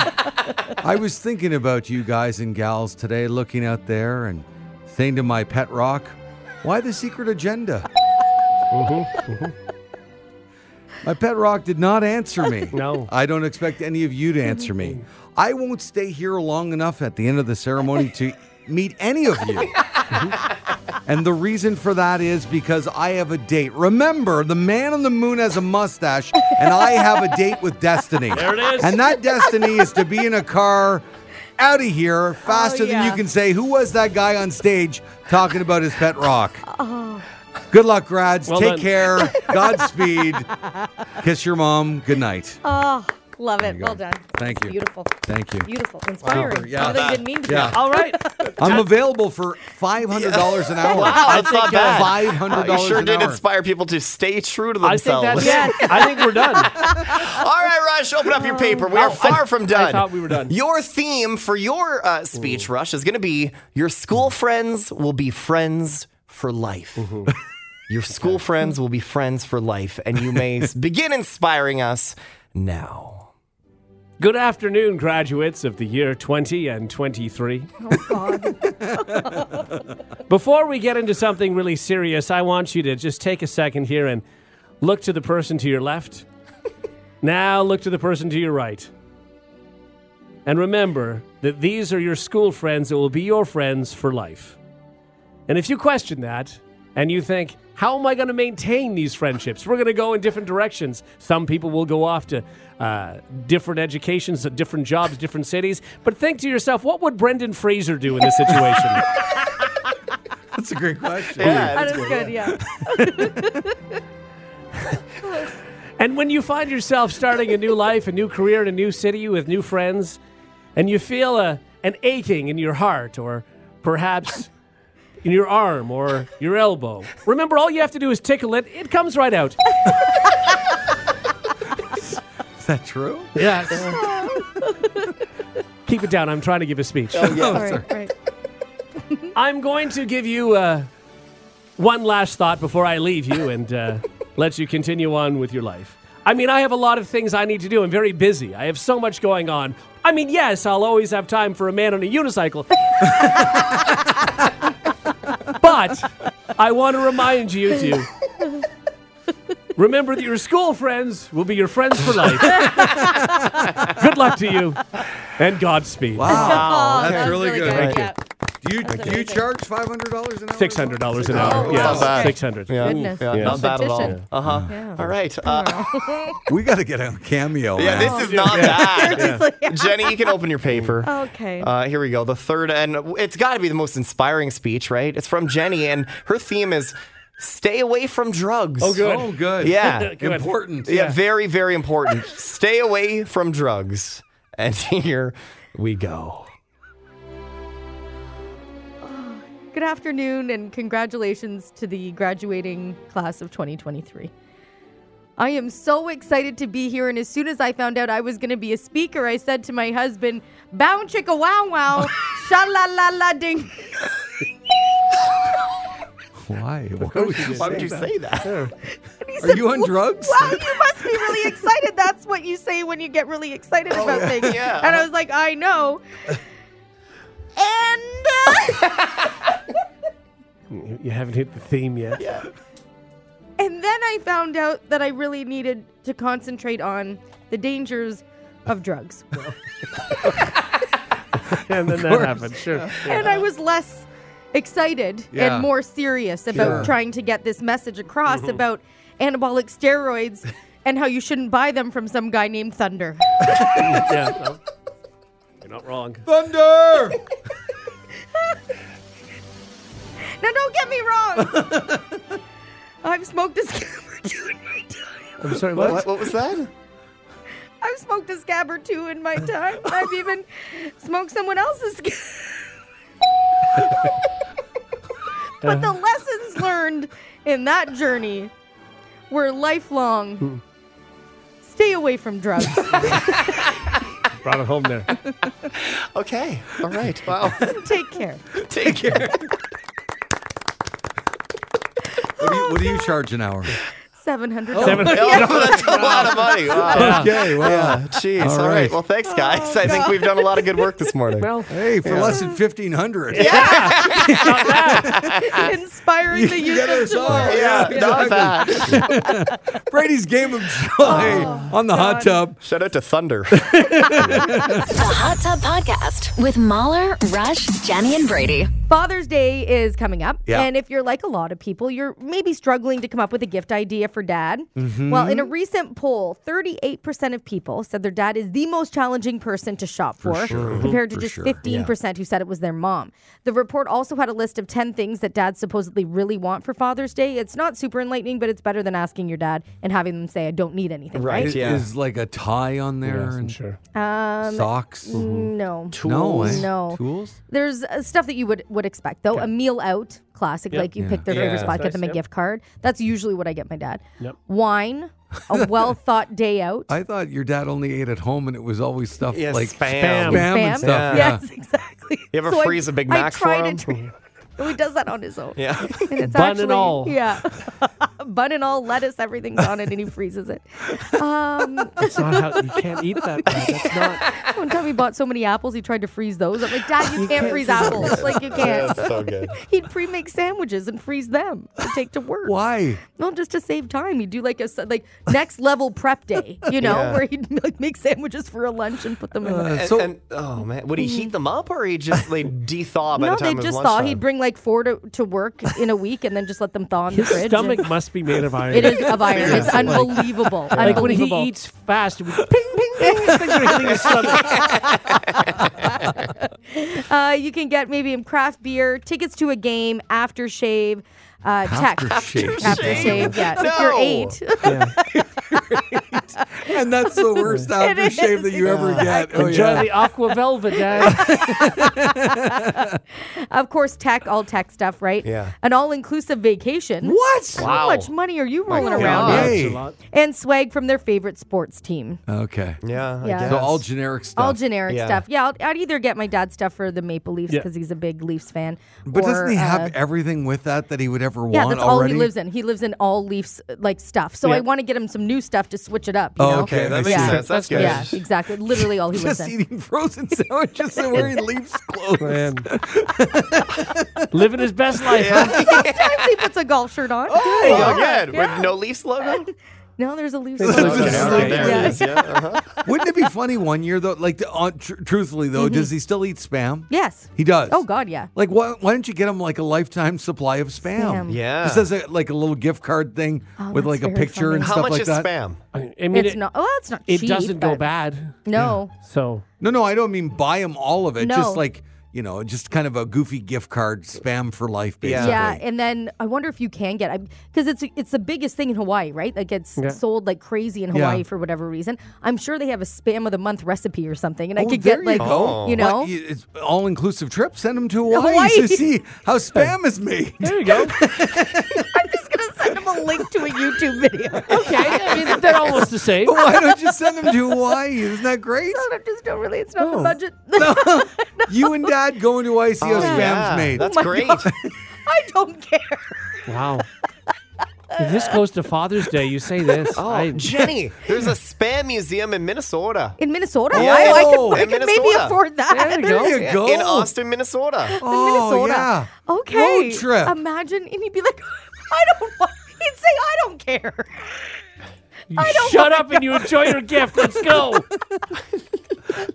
[SPEAKER 2] I was thinking about you guys and gals today, looking out there and saying to my pet rock, why the secret agenda?
[SPEAKER 5] Uh-huh,
[SPEAKER 2] My pet rock did not answer me.
[SPEAKER 5] No.
[SPEAKER 2] I don't expect any of you to answer me. I won't stay here long enough at the end of the ceremony to meet any of you. And the reason for that is because I have a date. Remember, the man on the moon has a mustache, and I have a date with destiny. There
[SPEAKER 5] it is.
[SPEAKER 2] And that destiny is to be in a car out of here faster than
[SPEAKER 4] Oh, yeah.
[SPEAKER 2] you can say, Who was that guy on stage talking about his pet rock?
[SPEAKER 4] Oh.
[SPEAKER 2] Good luck, grads.
[SPEAKER 5] Well
[SPEAKER 2] Take
[SPEAKER 5] done.
[SPEAKER 2] care. Godspeed. Kiss your mom. Good night.
[SPEAKER 4] Oh, love it.
[SPEAKER 2] go.
[SPEAKER 4] Well done.
[SPEAKER 2] Thank
[SPEAKER 4] It's
[SPEAKER 2] you.
[SPEAKER 4] Beautiful.
[SPEAKER 2] Thank you.
[SPEAKER 4] Beautiful. Inspiring.
[SPEAKER 2] Yeah.
[SPEAKER 4] All that good means.
[SPEAKER 2] Yeah.
[SPEAKER 5] All right.
[SPEAKER 2] I'm available for $500 an hour.
[SPEAKER 3] Wow, that's not bad.
[SPEAKER 2] $500
[SPEAKER 3] Uh, you sure
[SPEAKER 2] an
[SPEAKER 3] did
[SPEAKER 2] hour.
[SPEAKER 3] inspire people to stay true to
[SPEAKER 5] I think
[SPEAKER 3] themselves.
[SPEAKER 5] that's it. I think we're done.
[SPEAKER 3] All right, Rush, open up your paper. We are far from done.
[SPEAKER 5] Oh, I thought we were done.
[SPEAKER 3] Your theme for your uh, speech,
[SPEAKER 5] Mm-hmm.
[SPEAKER 3] Rush, is going to be your school friends will be friends for life. Your school friends will be friends for life, and you may s- begin inspiring us now.
[SPEAKER 5] Good afternoon, graduates of the year 20 and 23.
[SPEAKER 4] Oh,
[SPEAKER 5] Before we get into something really serious, I want you to just take a second here and look to the person to your left. now look to the person to your right. And remember that these are your school friends that will be your friends for life. And if you question that and you think, how am I going to maintain these friendships? We're going to go in different directions. Some people will go off to uh, different educations, different jobs, different cities. But think to yourself, what would Brendan Fraser do in this situation?
[SPEAKER 2] That's a great question.
[SPEAKER 4] That is good, yeah.
[SPEAKER 5] And when you find yourself starting a new life, a new career in a new city with new friends, and you feel a, an aching in your heart or perhaps in your arm or your elbow, remember all you have to do is tickle it, it comes right out.
[SPEAKER 2] Is that true?
[SPEAKER 5] Yes. Keep it down. I'm trying to give a speech.
[SPEAKER 4] All right, right.
[SPEAKER 5] I'm going to give you uh, one last thought before I leave you and uh, let you continue on with your life. I mean, I have a lot of things I need to do. I'm very busy. I have so much going on. I mean, yes, I'll always have time for a man on a unicycle. but I want to remind you to remember that your school friends will be your friends for life. Good luck to you and Godspeed.
[SPEAKER 2] Wow,
[SPEAKER 4] that
[SPEAKER 2] Oh, that's,
[SPEAKER 4] was
[SPEAKER 2] really, good.
[SPEAKER 3] Thank
[SPEAKER 4] yeah.
[SPEAKER 2] Do you do you charge five hundred dollars an hour?
[SPEAKER 5] Six hundred dollars an hour.
[SPEAKER 4] Oh,
[SPEAKER 5] yes,
[SPEAKER 4] wow.
[SPEAKER 5] six hundred.
[SPEAKER 3] Yeah.
[SPEAKER 4] Goodness.
[SPEAKER 3] Yeah, Not bad at all.
[SPEAKER 4] Competition.
[SPEAKER 3] Uh huh.
[SPEAKER 4] Yeah.
[SPEAKER 3] All right. Uh,
[SPEAKER 2] We got to get a cameo. man.
[SPEAKER 3] yeah, this is not bad.
[SPEAKER 4] Seriously.
[SPEAKER 3] Jenny, you can open your paper.
[SPEAKER 4] Okay.
[SPEAKER 3] Uh, here we go. The third, and it's got to be the most inspiring speech, right? It's from Jenny, and her theme is stay away from drugs.
[SPEAKER 5] Oh, good.
[SPEAKER 2] oh good.
[SPEAKER 3] Yeah.
[SPEAKER 5] Good.
[SPEAKER 2] important.
[SPEAKER 3] Yeah, very, very important. stay away from drugs. And here we go.
[SPEAKER 4] Good afternoon and congratulations to the graduating class of 2023. I am so excited to be here, and as soon as I found out I was going to be a speaker, I said to my husband, Bound chicka wow wow, sha la la la ding.
[SPEAKER 2] Why?
[SPEAKER 3] Why would you say that?
[SPEAKER 2] Are you on drugs?
[SPEAKER 4] Wow, you must be really excited. That's what you say when you get really excited
[SPEAKER 2] Oh,
[SPEAKER 4] about things.
[SPEAKER 3] yeah.
[SPEAKER 4] And I was like, I know. And uh,
[SPEAKER 5] You you haven't hit the theme yet.
[SPEAKER 4] and then I found out that I really needed to concentrate on the dangers of drugs.
[SPEAKER 5] and then that happened. Sure.
[SPEAKER 4] and I was less excited
[SPEAKER 2] Yeah.
[SPEAKER 4] and more serious about
[SPEAKER 2] Sure. Mm-hmm.
[SPEAKER 4] trying to get this message across about anabolic steroids and how you shouldn't buy them from some guy named Thunder.
[SPEAKER 5] Yeah. no. You're not wrong.
[SPEAKER 2] Thunder.
[SPEAKER 4] now, don't get me wrong. I've smoked a scab or two in my time.
[SPEAKER 5] I'm sorry.
[SPEAKER 3] What, what was that?
[SPEAKER 4] I've smoked a scab or two in my time. I've even smoked someone else's scab. but the lessons learned in that journey were lifelong. Stay away from drugs.
[SPEAKER 5] Brought it home there.
[SPEAKER 3] Okay. All right. Wow.
[SPEAKER 4] Take care.
[SPEAKER 3] Take care.
[SPEAKER 2] What do, you, what do you charge an hour?
[SPEAKER 4] Seven hundred.
[SPEAKER 5] Seven-
[SPEAKER 3] No, Oh, that's a lot of money. Wow.
[SPEAKER 2] Okay, well,
[SPEAKER 3] Yeah, jeez. All right.
[SPEAKER 2] right.
[SPEAKER 3] Well, thanks, guys. I think we've done a lot of good work this morning.
[SPEAKER 5] Well,
[SPEAKER 2] hey, for less than fifteen hundred. Yeah,
[SPEAKER 4] Inspiring the
[SPEAKER 2] you
[SPEAKER 4] youth
[SPEAKER 2] get
[SPEAKER 4] of
[SPEAKER 2] us all.
[SPEAKER 4] tomorrow.
[SPEAKER 2] Yeah,
[SPEAKER 3] yeah, not bad.
[SPEAKER 2] Brady's game of joy on the hot tub.
[SPEAKER 3] Shout out to Thunder.
[SPEAKER 1] The Hot Tub Podcast with Mahler, Rush, Jenny, and Brady.
[SPEAKER 4] Father's Day is coming up,
[SPEAKER 2] Yeah.
[SPEAKER 4] and if you're like a lot of people, you're maybe struggling to come up with a gift idea for dad.
[SPEAKER 2] Mm-hmm.
[SPEAKER 4] Well, in a recent poll, 38% of people said their dad is the most challenging person to shop for,
[SPEAKER 2] sure.
[SPEAKER 4] compared to
[SPEAKER 2] For
[SPEAKER 4] just
[SPEAKER 2] sure.
[SPEAKER 4] 15% who said it was their mom. The report also had a list of 10 things that dads supposedly really want for Father's Day. It's not super enlightening, but it's better than asking your dad and having them say, I don't need anything.
[SPEAKER 3] Right.
[SPEAKER 2] It
[SPEAKER 3] Yeah.
[SPEAKER 2] is like a tie on there and
[SPEAKER 5] sure.
[SPEAKER 2] socks.
[SPEAKER 4] Um, No.
[SPEAKER 2] No, eh?
[SPEAKER 4] Mm-hmm. No.
[SPEAKER 2] tools.
[SPEAKER 4] There's uh, stuff that you would would expect though. A meal out, classic. Like you pick their favorite
[SPEAKER 3] Yeah.
[SPEAKER 4] spot,
[SPEAKER 5] Nice,
[SPEAKER 4] get them a
[SPEAKER 5] yep.
[SPEAKER 4] gift card. That's usually what I get my dad.
[SPEAKER 5] Yep.
[SPEAKER 4] Wine, a well thought day out.
[SPEAKER 2] I thought your dad only ate at home, and it was always stuff
[SPEAKER 3] Yeah,
[SPEAKER 2] like
[SPEAKER 3] spam.
[SPEAKER 2] spam, and
[SPEAKER 4] Spam?
[SPEAKER 2] stuff.
[SPEAKER 3] Yeah.
[SPEAKER 2] Yeah.
[SPEAKER 4] Yes, exactly.
[SPEAKER 3] You ever
[SPEAKER 4] So I-
[SPEAKER 3] freeze a Big
[SPEAKER 4] I
[SPEAKER 3] Mac
[SPEAKER 4] try
[SPEAKER 3] for
[SPEAKER 4] to
[SPEAKER 3] him?
[SPEAKER 4] treat- Who does that on his own?
[SPEAKER 3] Yeah.
[SPEAKER 4] And it's
[SPEAKER 5] Bun and
[SPEAKER 4] actually,
[SPEAKER 5] all.
[SPEAKER 4] Yeah. Bun and all, lettuce, everything's on it, and he freezes it. Um,
[SPEAKER 5] That's not how you can't eat that. Brad. That's not.
[SPEAKER 4] one time he bought so many apples, he tried to freeze those. I'm like, Dad, you, can't, freeze apples. Like, you can't.
[SPEAKER 3] so good.
[SPEAKER 4] He'd pre make sandwiches and freeze them to take to work.
[SPEAKER 2] Why?
[SPEAKER 4] No, just to save time. He'd do like a s- like next level prep day, you know,
[SPEAKER 3] Yeah.
[SPEAKER 4] where he'd like make sandwiches for a lunch and put them in. the
[SPEAKER 3] And,
[SPEAKER 2] So-
[SPEAKER 3] and- oh man, would he heat them up or he just they de-thaw by
[SPEAKER 4] no,
[SPEAKER 3] the time
[SPEAKER 4] they
[SPEAKER 3] it was
[SPEAKER 4] just thaw.
[SPEAKER 3] lunchtime?
[SPEAKER 4] He'd bring like four to, to work in a week and then just let them thaw in the
[SPEAKER 5] His
[SPEAKER 4] fridge.
[SPEAKER 5] stomach
[SPEAKER 4] and-
[SPEAKER 5] must be made of iron.
[SPEAKER 4] It is of iron. It's
[SPEAKER 5] Seriously.
[SPEAKER 4] unbelievable.
[SPEAKER 5] Like when he
[SPEAKER 4] Unbelievable.
[SPEAKER 5] eats fast, it would ping, ping, ping. It's like you're hitting his stomach.
[SPEAKER 4] Uh, you can get maybe him craft beer, tickets to a game, aftershave, uh, text.
[SPEAKER 2] Aftershave.
[SPEAKER 4] Aftershave, yeah. If
[SPEAKER 3] No.
[SPEAKER 4] you're eight.
[SPEAKER 2] And that's the worst aftershave that you ever get. Oh,
[SPEAKER 5] Enjoy
[SPEAKER 2] yeah.
[SPEAKER 5] the aqua velvet, Dad.
[SPEAKER 4] of course, tech, all tech stuff, right?
[SPEAKER 3] Yeah.
[SPEAKER 4] An all inclusive vacation.
[SPEAKER 2] What?
[SPEAKER 4] How
[SPEAKER 3] Wow.
[SPEAKER 4] much money are you rolling
[SPEAKER 5] Oh,
[SPEAKER 4] around
[SPEAKER 2] God.
[SPEAKER 4] in?
[SPEAKER 2] Hey.
[SPEAKER 4] And swag from their favorite sports team.
[SPEAKER 2] Okay.
[SPEAKER 3] Yeah, I
[SPEAKER 4] Yeah.
[SPEAKER 3] guess.
[SPEAKER 2] So all generic stuff.
[SPEAKER 4] All generic
[SPEAKER 3] Yeah.
[SPEAKER 4] stuff. Yeah, I'll, I'd either get my dad's stuff for the Maple Leafs
[SPEAKER 5] Yeah.
[SPEAKER 4] because he's a big Leafs fan.
[SPEAKER 2] but doesn't
[SPEAKER 4] or,
[SPEAKER 2] he
[SPEAKER 4] uh,
[SPEAKER 2] have everything with that that he would ever
[SPEAKER 4] Yeah,
[SPEAKER 2] want
[SPEAKER 4] that's all
[SPEAKER 2] already?
[SPEAKER 4] he lives in. He lives in all Leafs uh, like stuff. So
[SPEAKER 5] Yeah.
[SPEAKER 4] I want to get him some new stuff to switch it up. You
[SPEAKER 2] Oh,
[SPEAKER 4] know?
[SPEAKER 2] okay, that
[SPEAKER 3] makes
[SPEAKER 4] yeah.
[SPEAKER 3] sense. That's good.
[SPEAKER 4] Yeah, exactly. Literally all he lives
[SPEAKER 2] Just
[SPEAKER 4] in.
[SPEAKER 2] eating frozen sandwiches and wearing Leafs clothes.
[SPEAKER 5] Man. Living his best life. huh?
[SPEAKER 4] Sometimes he puts a golf shirt on.
[SPEAKER 2] Oh!
[SPEAKER 3] There you go,
[SPEAKER 4] Yeah,
[SPEAKER 3] good.
[SPEAKER 4] yeah.
[SPEAKER 3] With no Leafs logo.
[SPEAKER 4] No, there's a Leafs
[SPEAKER 5] It's
[SPEAKER 4] logo.
[SPEAKER 5] like
[SPEAKER 4] on
[SPEAKER 5] an
[SPEAKER 4] it.
[SPEAKER 5] arrow there.
[SPEAKER 4] yeah.
[SPEAKER 3] yeah. uh-huh.
[SPEAKER 2] Wouldn't it be funny one year though? Like, to- on, tr- truthfully though, does he still eat spam?
[SPEAKER 4] Yes.
[SPEAKER 2] He does.
[SPEAKER 4] Mm-hmm. Oh God, yeah.
[SPEAKER 2] Like, why, why don't you get him like a lifetime supply of spam?
[SPEAKER 4] Spam.
[SPEAKER 3] Yeah.
[SPEAKER 2] Just as a, like a little gift card thing
[SPEAKER 4] Oh,
[SPEAKER 2] with
[SPEAKER 4] that's
[SPEAKER 2] like a
[SPEAKER 4] very
[SPEAKER 2] picture
[SPEAKER 4] funny.
[SPEAKER 2] and
[SPEAKER 3] How
[SPEAKER 2] stuff
[SPEAKER 3] much
[SPEAKER 2] like
[SPEAKER 3] is
[SPEAKER 2] that.
[SPEAKER 3] spam?
[SPEAKER 5] I mean,
[SPEAKER 4] It's
[SPEAKER 5] it,
[SPEAKER 4] not. Oh, well, it's not.
[SPEAKER 5] it
[SPEAKER 4] cheap,
[SPEAKER 5] doesn't go
[SPEAKER 4] but-
[SPEAKER 5] bad.
[SPEAKER 4] No.
[SPEAKER 5] So
[SPEAKER 2] No, no, I don't mean buy him all of it.
[SPEAKER 4] No.
[SPEAKER 2] Just like, you know, just kind of a goofy gift card, spam for life,
[SPEAKER 3] Yeah.
[SPEAKER 2] basically.
[SPEAKER 4] Yeah, and then I wonder if you can get because it's it's the biggest thing in Hawaii, right? Like it's
[SPEAKER 5] Yeah.
[SPEAKER 4] sold like crazy in
[SPEAKER 2] Yeah.
[SPEAKER 4] Hawaii for whatever reason. I'm sure they have a spam of the month recipe or something, and I
[SPEAKER 2] Oh,
[SPEAKER 4] could
[SPEAKER 2] there
[SPEAKER 4] get
[SPEAKER 2] you
[SPEAKER 4] like
[SPEAKER 3] go.
[SPEAKER 4] you know
[SPEAKER 2] But you- it's all inclusive trip. Send him to Hawaii, to
[SPEAKER 4] Hawaii.
[SPEAKER 2] see how spam is made.
[SPEAKER 5] there you go.
[SPEAKER 4] I'm just gonna send them a link to a YouTube video.
[SPEAKER 5] Okay, I mean, they're almost the same.
[SPEAKER 2] Why don't you send him to Hawaii? Isn't that great?
[SPEAKER 4] I just don't really. It's not the
[SPEAKER 5] No.
[SPEAKER 4] budget.
[SPEAKER 2] You and Dad going to Hawaii, see how
[SPEAKER 3] Oh,
[SPEAKER 2] spam's
[SPEAKER 3] yeah.
[SPEAKER 2] made.
[SPEAKER 3] That's
[SPEAKER 4] Oh my
[SPEAKER 3] great.
[SPEAKER 4] God. I don't care.
[SPEAKER 5] Wow. If this goes to Father's Day, you say this.
[SPEAKER 3] Oh,
[SPEAKER 5] I,
[SPEAKER 3] Jenny, there's a spam museum in Minnesota.
[SPEAKER 4] In Minnesota,
[SPEAKER 3] Yeah.
[SPEAKER 4] I, I could,
[SPEAKER 2] Oh,
[SPEAKER 4] I
[SPEAKER 3] in
[SPEAKER 4] could maybe
[SPEAKER 3] Minnesota.
[SPEAKER 4] afford that.
[SPEAKER 5] there you go.
[SPEAKER 2] there you go.
[SPEAKER 3] In Austin, Minnesota.
[SPEAKER 2] oh,
[SPEAKER 4] Minnesota.
[SPEAKER 2] yeah.
[SPEAKER 4] Okay.
[SPEAKER 2] Road trip.
[SPEAKER 4] Imagine, and he'd be like, I don't want. He'd say, I don't care.
[SPEAKER 5] you shut up and you enjoy your gift. Let's go.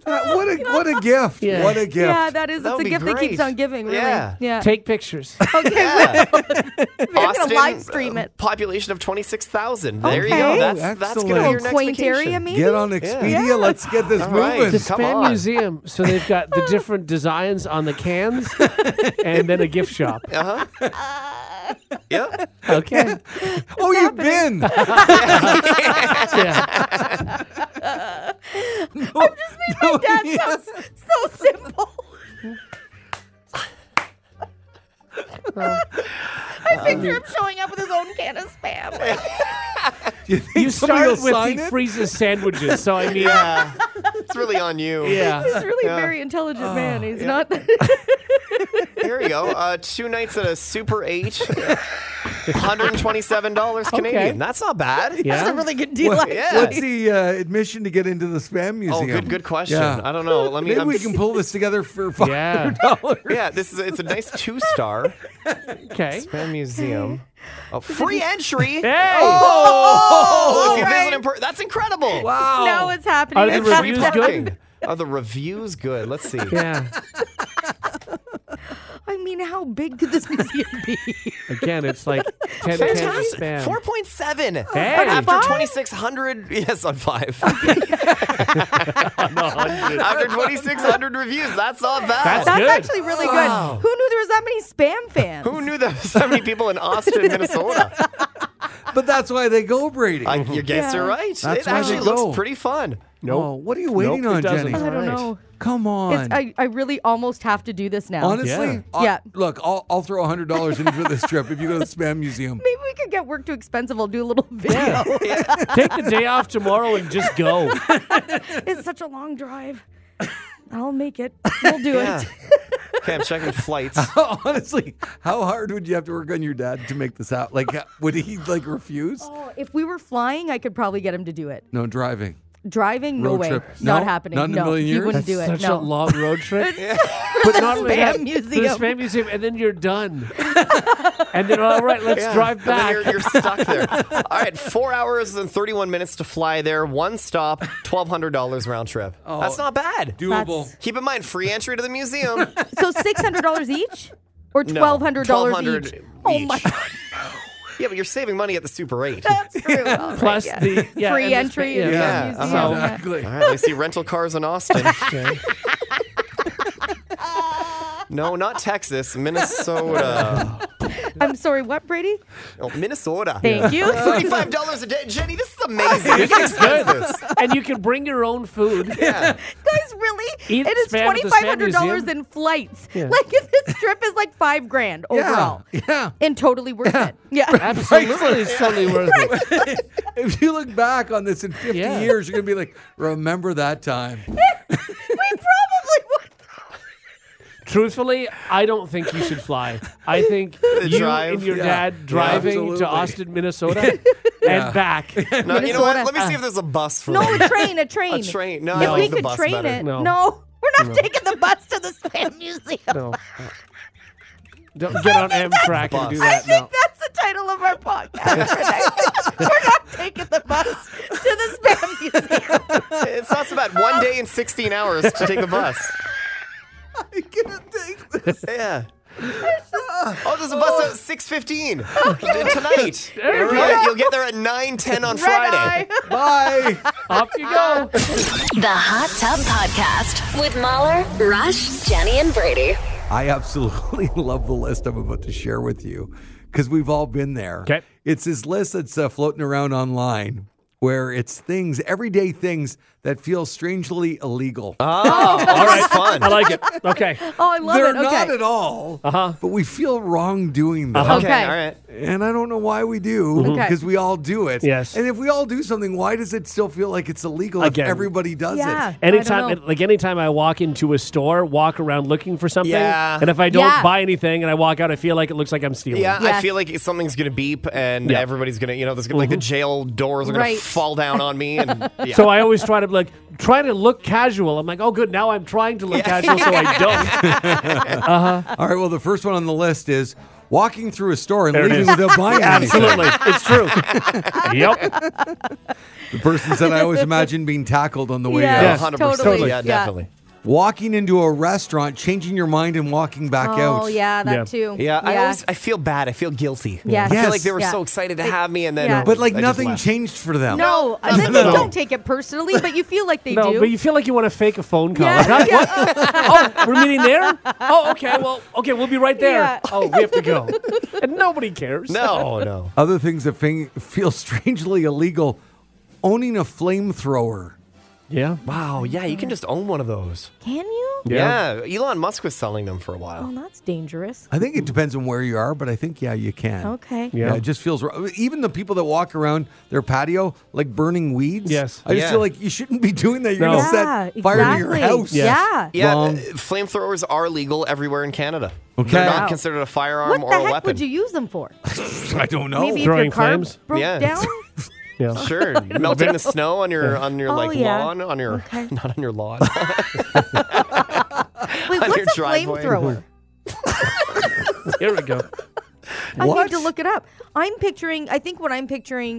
[SPEAKER 2] That- what, a, what a gift.
[SPEAKER 5] Yeah.
[SPEAKER 2] What a gift.
[SPEAKER 4] Yeah, that is.
[SPEAKER 3] That
[SPEAKER 4] it's
[SPEAKER 3] would
[SPEAKER 4] a
[SPEAKER 3] be
[SPEAKER 4] gift that keeps
[SPEAKER 3] great.
[SPEAKER 4] on giving. Really.
[SPEAKER 3] Yeah.
[SPEAKER 4] Yeah.
[SPEAKER 5] Take pictures.
[SPEAKER 4] okay.
[SPEAKER 3] Yeah.
[SPEAKER 4] We're gonna live stream
[SPEAKER 3] uh,
[SPEAKER 4] it.
[SPEAKER 3] population of 26,000. There you
[SPEAKER 4] Okay.
[SPEAKER 3] go. That's,
[SPEAKER 2] Oh,
[SPEAKER 3] that's going to be
[SPEAKER 2] excellent.
[SPEAKER 3] your next
[SPEAKER 4] Quaint
[SPEAKER 3] vacation.
[SPEAKER 4] area, maybe.
[SPEAKER 2] Get on Expedia. Let's get this
[SPEAKER 3] All right.
[SPEAKER 2] moving.
[SPEAKER 5] The
[SPEAKER 3] Come
[SPEAKER 5] Spam
[SPEAKER 3] on.
[SPEAKER 5] Museum. So they've got the different designs on the cans and then a gift shop.
[SPEAKER 3] Yeah.
[SPEAKER 5] Okay.
[SPEAKER 2] Oh, you've been.
[SPEAKER 5] Yeah.
[SPEAKER 2] Oh,
[SPEAKER 4] That sounds so simple. I picture him showing up with his own can of spam.
[SPEAKER 2] You,
[SPEAKER 5] You
[SPEAKER 2] think somebody
[SPEAKER 5] start
[SPEAKER 2] will
[SPEAKER 5] with
[SPEAKER 2] sign
[SPEAKER 5] he
[SPEAKER 2] it?
[SPEAKER 5] freezes sandwiches. So I mean, yeah.
[SPEAKER 3] Yeah. It's really on you.
[SPEAKER 4] He's really a very intelligent man. He's not.
[SPEAKER 3] Here you go. Uh, two nights at a Super 8. $127 Canadian.
[SPEAKER 5] Okay.
[SPEAKER 3] That's not bad.
[SPEAKER 5] Yeah.
[SPEAKER 4] That's a really good deal.
[SPEAKER 2] What-
[SPEAKER 4] actually.
[SPEAKER 3] Yeah.
[SPEAKER 2] What's the uh, admission to get into the spam
[SPEAKER 3] Oh,
[SPEAKER 2] museum?
[SPEAKER 3] good, good question.
[SPEAKER 2] Yeah.
[SPEAKER 3] I don't know. Let me.
[SPEAKER 2] Maybe
[SPEAKER 3] I'm
[SPEAKER 2] we
[SPEAKER 3] s-
[SPEAKER 2] can pull this together for five
[SPEAKER 5] Yeah.
[SPEAKER 2] dollars.
[SPEAKER 3] Yeah, this is it's a nice two star
[SPEAKER 5] Okay.
[SPEAKER 3] spam museum. Oh, free entry.
[SPEAKER 5] Hey!
[SPEAKER 3] Oh, if you
[SPEAKER 4] Right.
[SPEAKER 3] visit in per- that's incredible.
[SPEAKER 2] Wow.
[SPEAKER 4] Now it's happening.
[SPEAKER 5] Are the
[SPEAKER 4] It's
[SPEAKER 3] It's free
[SPEAKER 5] reviews
[SPEAKER 4] happening.
[SPEAKER 5] good?
[SPEAKER 3] parking. Are the reviews good? Let's see.
[SPEAKER 5] Yeah.
[SPEAKER 4] I mean, how big could this museum be?
[SPEAKER 5] Again, it's like 10 cans of
[SPEAKER 3] Fantastic.
[SPEAKER 5] spam.
[SPEAKER 3] 4.7.
[SPEAKER 5] Hey.
[SPEAKER 3] After
[SPEAKER 4] Five?
[SPEAKER 3] 2,600, yes, on five. After 2,600 reviews, that's not bad.
[SPEAKER 5] That's
[SPEAKER 4] That's
[SPEAKER 5] good.
[SPEAKER 4] actually really good. Who knew there was that many spam fans?
[SPEAKER 3] Who knew there were so many people in Austin, Minnesota?
[SPEAKER 2] But that's why they go, Brady.
[SPEAKER 3] I, you guess
[SPEAKER 4] Yeah.
[SPEAKER 3] you're right.
[SPEAKER 2] That's
[SPEAKER 3] it
[SPEAKER 2] why they
[SPEAKER 3] actually
[SPEAKER 2] go.
[SPEAKER 3] looks pretty fun.
[SPEAKER 5] Nope.
[SPEAKER 2] Oh, what are you waiting
[SPEAKER 5] Nope, it
[SPEAKER 2] on,
[SPEAKER 5] doesn't.
[SPEAKER 2] Jenny?
[SPEAKER 4] I don't
[SPEAKER 5] Right.
[SPEAKER 4] know.
[SPEAKER 2] Come on.
[SPEAKER 4] It's, I, I really almost have to do this now.
[SPEAKER 2] Honestly,
[SPEAKER 5] Yeah.
[SPEAKER 2] I'll-
[SPEAKER 4] Yeah.
[SPEAKER 2] look, I'll, I'll throw hundred dollars in for this trip if you go to the spam museum.
[SPEAKER 4] Maybe we could get work too expensive. I'll do a little video.
[SPEAKER 5] Take the day off tomorrow and just go.
[SPEAKER 4] It's such a long drive. I'll make it. We'll do
[SPEAKER 3] Yeah.
[SPEAKER 4] it.
[SPEAKER 3] Okay, I'm checking flights.
[SPEAKER 2] Honestly, how hard would you have to work on your dad to make this out? Like, would he like refuse?
[SPEAKER 4] Oh, if we were flying, I could probably get him to do it.
[SPEAKER 2] No driving.
[SPEAKER 4] Driving, no
[SPEAKER 2] Road
[SPEAKER 4] way,
[SPEAKER 2] trip.
[SPEAKER 4] not
[SPEAKER 2] No?
[SPEAKER 4] happening.
[SPEAKER 2] Not in a
[SPEAKER 4] no,
[SPEAKER 2] million
[SPEAKER 4] he
[SPEAKER 2] years?
[SPEAKER 4] wouldn't do it.
[SPEAKER 5] Such
[SPEAKER 4] no.
[SPEAKER 5] a long road trip.
[SPEAKER 4] The
[SPEAKER 5] But not only that,
[SPEAKER 4] spam
[SPEAKER 5] to
[SPEAKER 4] museum.
[SPEAKER 5] The spam museum, and then you're done. and then all right, let's
[SPEAKER 3] Yeah.
[SPEAKER 5] drive
[SPEAKER 3] And then
[SPEAKER 5] back.
[SPEAKER 3] You're, you're stuck there. All right, four hours and 31 minutes to fly there. One stop, $1,200 round trip. That's not bad.
[SPEAKER 2] Doable.
[SPEAKER 4] That's-
[SPEAKER 3] Keep in mind, free entry to the museum.
[SPEAKER 4] So six hundred dollars each, or
[SPEAKER 3] No,
[SPEAKER 4] twelve hundred dollars
[SPEAKER 3] $1,200
[SPEAKER 4] each. Oh my
[SPEAKER 3] each. yeah, but you're saving money at the Super 8. All
[SPEAKER 4] That's true. All right,
[SPEAKER 5] Plus
[SPEAKER 4] yeah.
[SPEAKER 5] the yeah,
[SPEAKER 4] free
[SPEAKER 5] and the
[SPEAKER 4] entry.
[SPEAKER 5] spa-
[SPEAKER 4] into
[SPEAKER 5] yeah.
[SPEAKER 3] Yeah,
[SPEAKER 4] the museum.
[SPEAKER 5] uh-huh.
[SPEAKER 4] Yeah.
[SPEAKER 2] Exactly.
[SPEAKER 3] right, I see rental cars in Austin. no, not Texas, Minnesota.
[SPEAKER 4] I'm sorry. What, Brady?
[SPEAKER 3] Oh, Minnesota.
[SPEAKER 4] Thank you.
[SPEAKER 3] Uh, $35 a day. Jenny, this is amazing. We can expense this.
[SPEAKER 5] And you can bring your own food.
[SPEAKER 3] Yeah.
[SPEAKER 4] Guys, really?
[SPEAKER 5] Eat
[SPEAKER 4] it is
[SPEAKER 5] spam at
[SPEAKER 4] twenty
[SPEAKER 5] the
[SPEAKER 4] five
[SPEAKER 5] spam
[SPEAKER 4] hundred dollars
[SPEAKER 5] museum?
[SPEAKER 4] in flights.
[SPEAKER 5] Yeah.
[SPEAKER 4] Like this trip is like five grand overall,
[SPEAKER 2] Yeah. Yeah.
[SPEAKER 4] and totally worth it. Yeah.
[SPEAKER 5] Absolutely, it's totally worth it.
[SPEAKER 2] If you look back on this in 50
[SPEAKER 5] Yeah.
[SPEAKER 2] years, you're going to be like, remember that time.
[SPEAKER 4] we probably would.
[SPEAKER 5] Truthfully, I don't think you should fly. I think you
[SPEAKER 3] drive,
[SPEAKER 5] and your
[SPEAKER 2] yeah. Yeah,
[SPEAKER 5] dad driving
[SPEAKER 2] absolutely.
[SPEAKER 5] to Austin, Minnesota,
[SPEAKER 2] Yeah.
[SPEAKER 5] and back.
[SPEAKER 3] No, you know what?
[SPEAKER 4] Minnesota.
[SPEAKER 3] Let me see if there's a bus for
[SPEAKER 4] No,
[SPEAKER 3] that.
[SPEAKER 4] a train. A train.
[SPEAKER 3] A train. No, I
[SPEAKER 4] If
[SPEAKER 3] like
[SPEAKER 4] we
[SPEAKER 3] the
[SPEAKER 4] could
[SPEAKER 3] bus
[SPEAKER 4] train
[SPEAKER 3] better.
[SPEAKER 4] it,
[SPEAKER 5] No.
[SPEAKER 4] no. We're not taking the bus to the spam museum.
[SPEAKER 5] No. Don't get on Amtrak and do
[SPEAKER 3] Bus.
[SPEAKER 4] I
[SPEAKER 5] that.
[SPEAKER 4] think
[SPEAKER 5] No.
[SPEAKER 4] that's the title of our podcast. We're not taking the bus to the spam museum.
[SPEAKER 3] It's not so bad. One day and 16 hours to take the bus.
[SPEAKER 2] I can't take this.
[SPEAKER 3] Yeah. Oh, there's a bus at 6.15 tonight. You'll get- You'll get there at 9.10 on
[SPEAKER 4] Red
[SPEAKER 3] Friday.
[SPEAKER 4] eye.
[SPEAKER 2] Bye.
[SPEAKER 5] Off you go.
[SPEAKER 1] The Hot Tub Podcast with Mahler, Rush, Jenny, and Brady.
[SPEAKER 2] I absolutely love the list I'm about to share with you because we've all been there.
[SPEAKER 5] 'Kay.
[SPEAKER 2] It's this list that's uh, floating around online where it's things, everyday things that feel strangely illegal.
[SPEAKER 5] Uh-huh.
[SPEAKER 3] Oh, all right. fun.
[SPEAKER 5] I like it. Okay.
[SPEAKER 4] Oh, I love
[SPEAKER 2] They're
[SPEAKER 4] it. Okay.
[SPEAKER 2] not at all,
[SPEAKER 5] Uh-huh.
[SPEAKER 2] but we feel wrong doing them.
[SPEAKER 5] Uh-huh. Mm-hmm.
[SPEAKER 4] Okay.
[SPEAKER 3] all right.
[SPEAKER 2] And I don't know why we do
[SPEAKER 4] Okay.
[SPEAKER 2] because we all do it.
[SPEAKER 5] Yes.
[SPEAKER 2] And if we all do something, why does it still feel like it's illegal
[SPEAKER 5] Again.
[SPEAKER 2] if everybody does
[SPEAKER 4] yeah.
[SPEAKER 2] it?
[SPEAKER 4] I
[SPEAKER 5] Anytime,
[SPEAKER 4] don't know.
[SPEAKER 5] like anytime I walk into a store, walk around looking for something,
[SPEAKER 3] Yeah.
[SPEAKER 5] and if I don't
[SPEAKER 4] Yeah.
[SPEAKER 5] buy anything and I walk out, I feel like it looks like I'm stealing.
[SPEAKER 3] Yeah, I
[SPEAKER 4] Yeah.
[SPEAKER 3] feel like something's gonna beep, and
[SPEAKER 5] Yeah.
[SPEAKER 3] everybody's gonna, you know, there's gonna like the jail doors are gonna
[SPEAKER 4] Right.
[SPEAKER 3] fall down on me, and yeah.
[SPEAKER 5] So I always try to like try to look casual. I'm like, oh, good, now I'm trying to look casual, so I don't.
[SPEAKER 2] All right. Well, the first one on the list is walking through a store and
[SPEAKER 5] There it
[SPEAKER 2] leaving
[SPEAKER 5] is.
[SPEAKER 2] without buying anything.
[SPEAKER 5] Absolutely, it's true. yep.
[SPEAKER 2] The person said, I always imagine being tackled on the way
[SPEAKER 4] Yeah.
[SPEAKER 2] out.
[SPEAKER 3] yeah,
[SPEAKER 5] Yes,
[SPEAKER 3] hundred percent,
[SPEAKER 4] totally.
[SPEAKER 3] yeah,
[SPEAKER 4] Yeah.
[SPEAKER 3] definitely.
[SPEAKER 2] Walking into a restaurant, changing your mind, and walking back out.
[SPEAKER 4] Oh, yeah, that
[SPEAKER 5] Yeah.
[SPEAKER 4] too.
[SPEAKER 3] Yeah, I always I feel bad. I feel guilty.
[SPEAKER 4] Yeah.
[SPEAKER 3] I feel like
[SPEAKER 2] Yes.
[SPEAKER 3] they were
[SPEAKER 4] Yeah.
[SPEAKER 3] so excited to have me, and then
[SPEAKER 4] Yeah.
[SPEAKER 2] But like
[SPEAKER 3] I just
[SPEAKER 2] nothing
[SPEAKER 3] left.
[SPEAKER 2] changed for them.
[SPEAKER 4] no,
[SPEAKER 3] No,
[SPEAKER 4] then
[SPEAKER 3] no,
[SPEAKER 4] they
[SPEAKER 3] no.
[SPEAKER 4] don't take it personally, but you feel like they
[SPEAKER 5] No,
[SPEAKER 4] do.
[SPEAKER 5] but you feel like you want to fake a phone call.
[SPEAKER 4] Yeah,
[SPEAKER 5] Like, huh?
[SPEAKER 4] yeah.
[SPEAKER 5] What? Oh, we're meeting there. Oh, okay. Well, okay, we'll be right there.
[SPEAKER 4] Yeah.
[SPEAKER 5] Oh, we have to go, and nobody cares.
[SPEAKER 3] No, no.
[SPEAKER 2] Other things that fe- feel strangely illegal owning a flamethrower.
[SPEAKER 5] Yeah.
[SPEAKER 3] Wow, yeah, you can just own one of those.
[SPEAKER 4] Can you?
[SPEAKER 3] Yeah. Elon Musk was selling them for a while.
[SPEAKER 4] Well, that's dangerous.
[SPEAKER 2] I think it depends on where you are, but I think, yeah, you can.
[SPEAKER 4] Okay.
[SPEAKER 5] Yeah.
[SPEAKER 2] Yeah. it just feels wrong. Even the people that walk around their patio like burning weeds.
[SPEAKER 5] Yes.
[SPEAKER 2] I just
[SPEAKER 3] Yeah.
[SPEAKER 2] feel like you shouldn't be doing that. You're
[SPEAKER 5] No.
[SPEAKER 2] going to set fire to your
[SPEAKER 4] exactly.
[SPEAKER 2] house.
[SPEAKER 5] Yes.
[SPEAKER 4] Yeah.
[SPEAKER 3] Yeah,
[SPEAKER 2] Wrong.
[SPEAKER 3] uh, flamethrowers are legal everywhere in Canada.
[SPEAKER 2] Okay.
[SPEAKER 3] They're not
[SPEAKER 2] Wow.
[SPEAKER 3] considered a
[SPEAKER 4] What
[SPEAKER 3] firearm or
[SPEAKER 4] the
[SPEAKER 3] a
[SPEAKER 4] heck
[SPEAKER 3] weapon.
[SPEAKER 4] would you use them for?
[SPEAKER 2] I don't know.
[SPEAKER 4] Maybe if
[SPEAKER 5] Throwing
[SPEAKER 4] your car
[SPEAKER 5] flames?
[SPEAKER 4] broke
[SPEAKER 3] Yeah.
[SPEAKER 4] down?
[SPEAKER 5] Yeah.
[SPEAKER 3] Sure, melting the snow on your on your
[SPEAKER 4] Oh,
[SPEAKER 3] like
[SPEAKER 4] yeah.
[SPEAKER 3] lawn on your
[SPEAKER 4] Okay.
[SPEAKER 3] not on your lawn.
[SPEAKER 4] Wait,
[SPEAKER 3] On your
[SPEAKER 4] what's a
[SPEAKER 3] driveway.
[SPEAKER 4] flamethrower?
[SPEAKER 5] Here we go.
[SPEAKER 4] I
[SPEAKER 2] What?
[SPEAKER 4] need to look it up. I'm picturing, I think what I'm picturing,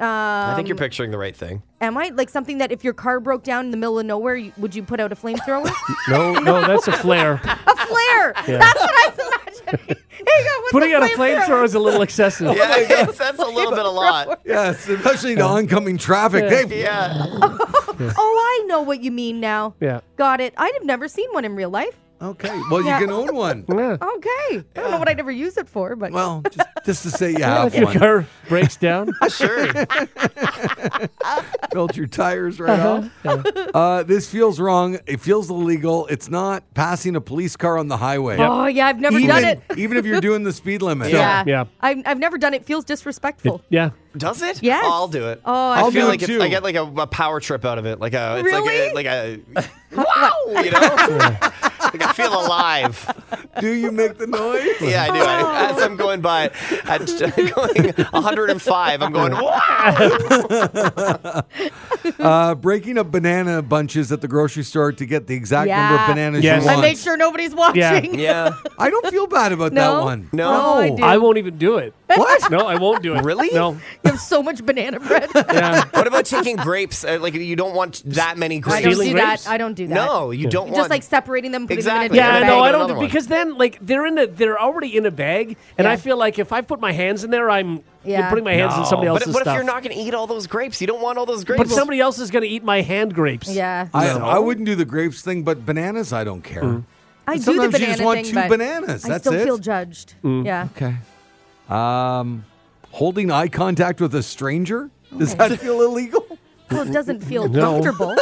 [SPEAKER 4] um,
[SPEAKER 3] I think you're picturing the right thing.
[SPEAKER 4] am I? Like something that if your car broke down in the middle of nowhere, you, would you put out a flamethrower?
[SPEAKER 5] No, no, that's a flare.
[SPEAKER 4] a flare. That's what I was imagining. Hang on, what's
[SPEAKER 5] Putting
[SPEAKER 4] a
[SPEAKER 5] out a flamethrower is a little excessive.
[SPEAKER 3] Yeah, I guess that's a little bit a lot.
[SPEAKER 2] Yes, especially the oncoming traffic. Hey,
[SPEAKER 3] Yeah.
[SPEAKER 4] Oh, I know what you mean now.
[SPEAKER 5] Yeah.
[SPEAKER 4] Got it. I'd have never seen one in real life.
[SPEAKER 2] okay. Well,
[SPEAKER 4] Yeah.
[SPEAKER 2] you can own one.
[SPEAKER 5] Yeah.
[SPEAKER 4] Okay. I don't know what I'd ever use it for, but
[SPEAKER 2] Well, just, just to say you have
[SPEAKER 5] If your
[SPEAKER 2] one.
[SPEAKER 5] car breaks down,
[SPEAKER 3] Sure.
[SPEAKER 2] Melt your tires right
[SPEAKER 5] Uh-huh. Oh.
[SPEAKER 2] off. Uh, this feels wrong. It feels illegal. It's not passing a police car on the highway.
[SPEAKER 4] oh yeah, I've never
[SPEAKER 2] Even,
[SPEAKER 4] done it.
[SPEAKER 2] even if you're doing the speed limit.
[SPEAKER 4] Yeah.
[SPEAKER 5] Yeah.
[SPEAKER 4] I've, I've never done it. Feels disrespectful.
[SPEAKER 5] yeah.
[SPEAKER 3] Does it?
[SPEAKER 4] Yes.
[SPEAKER 3] I'll do it.
[SPEAKER 4] Oh, I
[SPEAKER 3] I
[SPEAKER 4] I'll
[SPEAKER 3] feel
[SPEAKER 2] do it
[SPEAKER 3] like it's,
[SPEAKER 2] too.
[SPEAKER 3] I get like a, a power trip out of it. Like a, it's
[SPEAKER 4] Really?
[SPEAKER 3] like a, like a, wow, you know? Like I feel alive.
[SPEAKER 2] Do you make the noise?
[SPEAKER 3] Yeah, I do. I, as I'm going by, I'm going 105. I'm going. Wow!
[SPEAKER 2] Uh, breaking up banana bunches at the grocery store to get the exact number of
[SPEAKER 4] Yeah.
[SPEAKER 2] bananas
[SPEAKER 5] Yes.
[SPEAKER 2] you
[SPEAKER 4] I
[SPEAKER 2] want.
[SPEAKER 4] make sure nobody's watching.
[SPEAKER 3] Yeah.
[SPEAKER 2] I don't feel bad about that
[SPEAKER 4] No?
[SPEAKER 2] one.
[SPEAKER 3] No.
[SPEAKER 4] Oh, I do.
[SPEAKER 5] I won't even do it.
[SPEAKER 2] What?
[SPEAKER 5] No, I won't do it.
[SPEAKER 3] Really?
[SPEAKER 5] No.
[SPEAKER 4] You have so much banana bread.
[SPEAKER 5] Yeah.
[SPEAKER 3] What about taking grapes? Uh, like you don't want that many
[SPEAKER 4] I don't
[SPEAKER 3] grapes.
[SPEAKER 5] Stealing
[SPEAKER 4] do
[SPEAKER 5] grapes?
[SPEAKER 4] that. I don't do that.
[SPEAKER 3] No, you don't
[SPEAKER 4] Just
[SPEAKER 3] want.
[SPEAKER 4] like separating them, putting
[SPEAKER 3] Exactly.
[SPEAKER 4] them in a
[SPEAKER 5] Yeah,
[SPEAKER 4] different
[SPEAKER 5] no,
[SPEAKER 4] bag.
[SPEAKER 5] I
[SPEAKER 3] Another
[SPEAKER 5] don't
[SPEAKER 3] one.
[SPEAKER 5] because then like they're in a they're already in a bag, and
[SPEAKER 4] Yeah.
[SPEAKER 5] I feel like if I put my hands in there, I'm
[SPEAKER 4] Yeah.
[SPEAKER 5] putting my hands in somebody
[SPEAKER 3] but
[SPEAKER 5] else's
[SPEAKER 3] what
[SPEAKER 5] stuff.
[SPEAKER 3] if you're not going to eat all those grapes? You don't want all those grapes.
[SPEAKER 5] but somebody else is going to eat my hand grapes.
[SPEAKER 4] Yeah.
[SPEAKER 2] I,
[SPEAKER 5] No.
[SPEAKER 2] I wouldn't do the grapes thing, but bananas I don't care.
[SPEAKER 4] I do the
[SPEAKER 2] Sometimes
[SPEAKER 4] banana
[SPEAKER 2] you just want
[SPEAKER 4] thing,
[SPEAKER 2] two
[SPEAKER 4] but
[SPEAKER 2] bananas.
[SPEAKER 4] I
[SPEAKER 2] That's
[SPEAKER 4] still
[SPEAKER 2] it.
[SPEAKER 4] feel judged. Yeah.
[SPEAKER 2] okay. Um, holding eye contact with a stranger does that feel illegal?
[SPEAKER 4] Well, it doesn't feel
[SPEAKER 5] No.
[SPEAKER 4] comfortable.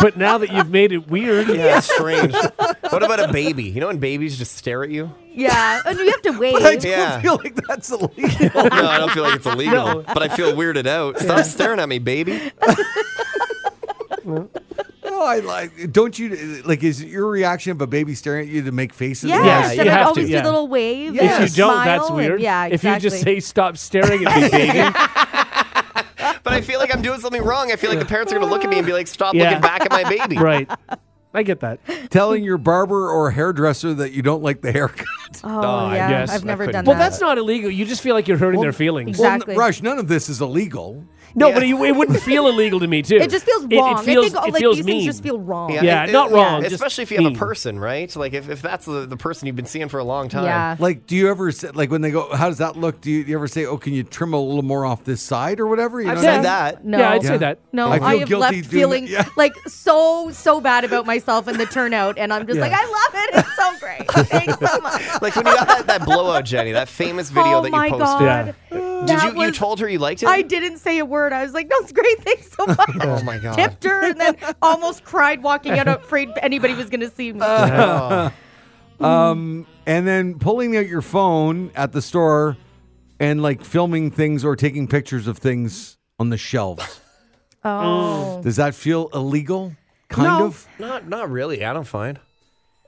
[SPEAKER 5] But now that you've made it weird,
[SPEAKER 3] Yeah, it's strange. what about a baby? You know when babies just stare at you?
[SPEAKER 4] yeah, and you have to wait.
[SPEAKER 2] I don't
[SPEAKER 3] Yeah.
[SPEAKER 2] feel like that's illegal.
[SPEAKER 3] No, I don't feel like it's illegal, but I feel weirded out. Stop staring at me, baby.
[SPEAKER 2] no, I like. Don't you like? Is it your reaction of a baby staring at you to make faces?
[SPEAKER 4] Yes,
[SPEAKER 5] Yeah, you
[SPEAKER 4] and I
[SPEAKER 5] have to,
[SPEAKER 4] always do
[SPEAKER 5] yeah.
[SPEAKER 4] the little wave.
[SPEAKER 2] If
[SPEAKER 5] if
[SPEAKER 4] and
[SPEAKER 5] you don't, that's
[SPEAKER 4] smile and-
[SPEAKER 5] weird.
[SPEAKER 4] yeah,
[SPEAKER 5] If you
[SPEAKER 4] exactly.
[SPEAKER 5] just say stop staring at me, baby,
[SPEAKER 3] But I feel like I'm doing something wrong. I feel like the parents are going to look at me and be like, "Stop
[SPEAKER 5] Yeah.
[SPEAKER 3] looking back at my baby."
[SPEAKER 5] right? I get that.
[SPEAKER 2] Telling your barber or hairdresser that you don't like the haircut.
[SPEAKER 4] oh,
[SPEAKER 3] I
[SPEAKER 4] yeah,
[SPEAKER 5] guess
[SPEAKER 4] I've
[SPEAKER 5] I
[SPEAKER 4] never
[SPEAKER 3] couldn't
[SPEAKER 4] done
[SPEAKER 3] do
[SPEAKER 5] Well,
[SPEAKER 4] that.
[SPEAKER 5] that's not illegal. You just feel like you're hurting their feelings.
[SPEAKER 4] Well,
[SPEAKER 2] Well,
[SPEAKER 4] Exactly.
[SPEAKER 2] n- Rush, none of this is illegal.
[SPEAKER 5] No, but it, it wouldn't feel illegal to me too.
[SPEAKER 4] it just feels wrong.
[SPEAKER 5] It, feels,
[SPEAKER 4] I think oh,
[SPEAKER 5] it
[SPEAKER 4] like
[SPEAKER 5] feels
[SPEAKER 4] these
[SPEAKER 5] mean.
[SPEAKER 4] things just feel wrong.
[SPEAKER 5] Yeah. not wrong, just
[SPEAKER 3] Especially if you have
[SPEAKER 5] mean.
[SPEAKER 3] a person, right? Like if, if that's the, the person you've been seeing for a long time.
[SPEAKER 4] Yeah.
[SPEAKER 2] Like, do you ever say, like when they go, how does that look? Do you, do you ever say, oh, can you trim a little more off this side or whatever? You
[SPEAKER 3] I've
[SPEAKER 2] know
[SPEAKER 3] said
[SPEAKER 2] what I mean?
[SPEAKER 3] that.
[SPEAKER 4] No,
[SPEAKER 5] Yeah, I'd say that.
[SPEAKER 4] No,
[SPEAKER 2] I
[SPEAKER 4] I,
[SPEAKER 2] feel
[SPEAKER 4] have
[SPEAKER 2] guilty
[SPEAKER 4] left
[SPEAKER 2] doing
[SPEAKER 4] feeling
[SPEAKER 2] that. Yeah.
[SPEAKER 4] like so so bad about myself and the turnout, and I'm just like, I love it. It's so great. Thanks so much.
[SPEAKER 3] Like when you got that, that blowout, Jenny, that famous video
[SPEAKER 4] oh
[SPEAKER 3] that you
[SPEAKER 4] my
[SPEAKER 3] posted.
[SPEAKER 4] god,
[SPEAKER 3] Did
[SPEAKER 4] That
[SPEAKER 3] you, you
[SPEAKER 4] was-
[SPEAKER 3] told her you liked it?
[SPEAKER 4] I didn't say a word. I was like, no, it's great. Thanks so much.
[SPEAKER 3] Oh my god.
[SPEAKER 4] Tipped her and then almost cried walking out, afraid anybody was going to see me.
[SPEAKER 3] Oh.
[SPEAKER 2] Um, and then pulling out your phone at the store and like filming things or taking pictures of things on the shelves.
[SPEAKER 4] oh,
[SPEAKER 2] Does that feel illegal? Kind
[SPEAKER 5] No.
[SPEAKER 2] of.
[SPEAKER 3] Not not really. I don't find.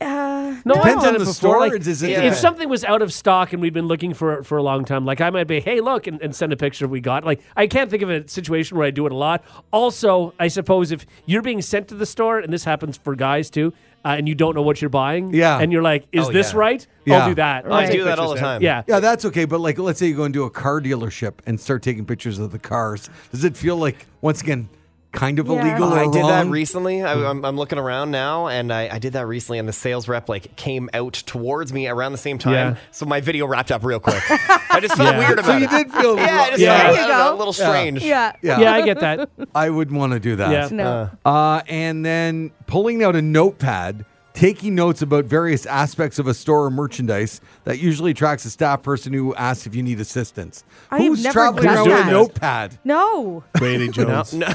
[SPEAKER 5] No, I've
[SPEAKER 2] Depends
[SPEAKER 5] done
[SPEAKER 2] on
[SPEAKER 5] it
[SPEAKER 2] the
[SPEAKER 5] before.
[SPEAKER 2] store,
[SPEAKER 5] Like,
[SPEAKER 2] or does it-
[SPEAKER 5] if-
[SPEAKER 3] Yeah.
[SPEAKER 5] If something was out of stock and we'd been looking for it for a long time, like I might be, hey, look, and, and send a picture we got. Like I can't think of a situation where I do it a lot. Also, I suppose if you're being sent to the store, and this happens for guys too, uh, and you don't know what you're buying,
[SPEAKER 2] Yeah.
[SPEAKER 5] and you're like, is
[SPEAKER 3] Oh,
[SPEAKER 5] this
[SPEAKER 3] yeah.
[SPEAKER 5] right?
[SPEAKER 2] Yeah.
[SPEAKER 5] I'll do that.
[SPEAKER 3] I
[SPEAKER 5] I'll take
[SPEAKER 3] do that all
[SPEAKER 5] pictures
[SPEAKER 3] the
[SPEAKER 5] there.
[SPEAKER 3] time.
[SPEAKER 5] Yeah.
[SPEAKER 2] Yeah, that's okay. But like, let's say you go into a car dealership and start taking pictures of the cars. Does it feel like, once again, kind of
[SPEAKER 4] Yeah.
[SPEAKER 2] illegal? or
[SPEAKER 3] I did that
[SPEAKER 2] wrong?
[SPEAKER 3] recently.
[SPEAKER 2] Hmm.
[SPEAKER 3] I, I'm, I'm looking around now, and I, I did that recently, and the sales rep like came out towards me around the same time.
[SPEAKER 5] Yeah.
[SPEAKER 3] So my video wrapped up real quick. I just felt
[SPEAKER 5] Yeah.
[SPEAKER 3] weird about
[SPEAKER 2] So you
[SPEAKER 3] it.
[SPEAKER 2] did feel.
[SPEAKER 3] yeah, I just
[SPEAKER 5] Yeah.
[SPEAKER 3] felt
[SPEAKER 4] There
[SPEAKER 3] I
[SPEAKER 4] you
[SPEAKER 3] don't know,
[SPEAKER 4] go.
[SPEAKER 3] a little strange.
[SPEAKER 5] Mm.
[SPEAKER 4] yeah.
[SPEAKER 2] Yeah.
[SPEAKER 5] Yeah, I get that.
[SPEAKER 2] I would want to do that.
[SPEAKER 5] Yeah.
[SPEAKER 4] No.
[SPEAKER 2] Uh, and then pulling out a notepad, taking notes about various aspects of a store or merchandise that usually attracts a staff person who asks if you need assistance.
[SPEAKER 4] I have
[SPEAKER 2] Who's
[SPEAKER 4] never
[SPEAKER 2] traveling
[SPEAKER 4] done
[SPEAKER 2] around with a
[SPEAKER 4] that.
[SPEAKER 2] notepad?
[SPEAKER 4] no.
[SPEAKER 5] Brady Jones.
[SPEAKER 3] No.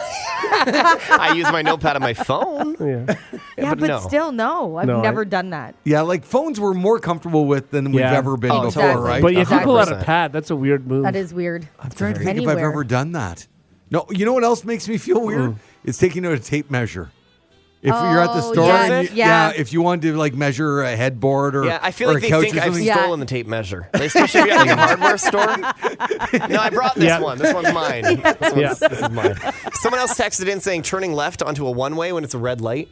[SPEAKER 3] I use my notepad on my phone.
[SPEAKER 5] Yeah.
[SPEAKER 4] Yeah,
[SPEAKER 3] but
[SPEAKER 4] but,
[SPEAKER 3] no.
[SPEAKER 4] still, no. I've
[SPEAKER 5] No, I-
[SPEAKER 4] never done that.
[SPEAKER 2] Yeah, like phones we're more comfortable with than we've
[SPEAKER 5] Yeah.
[SPEAKER 2] ever been
[SPEAKER 3] Oh,
[SPEAKER 2] before,
[SPEAKER 4] totally.
[SPEAKER 2] right?
[SPEAKER 5] But if you pull out a
[SPEAKER 3] 100%.
[SPEAKER 5] pad, that's a weird move.
[SPEAKER 4] That is weird.
[SPEAKER 2] I'm trying to think if I've
[SPEAKER 4] Anywhere.
[SPEAKER 2] ever done that. No, you know what else makes me feel weird?
[SPEAKER 5] Mm.
[SPEAKER 2] It's taking out a tape measure. If you're at the
[SPEAKER 4] Oh,
[SPEAKER 2] store,
[SPEAKER 4] yes,
[SPEAKER 2] and you-
[SPEAKER 4] yeah.
[SPEAKER 2] if you wanted to like measure a headboard or
[SPEAKER 3] Yeah, I feel
[SPEAKER 2] or
[SPEAKER 3] like
[SPEAKER 2] a
[SPEAKER 3] they
[SPEAKER 2] couch
[SPEAKER 3] think
[SPEAKER 2] or
[SPEAKER 3] I've
[SPEAKER 2] something,
[SPEAKER 4] Yeah.
[SPEAKER 3] stolen the tape measure. They especially if you're at like a hardware store. No, I brought this
[SPEAKER 5] Yeah.
[SPEAKER 3] one. This one's mine. This, one's,
[SPEAKER 5] Yeah.
[SPEAKER 3] this is mine. Someone else texted in saying turning left onto a one way when it's a red light.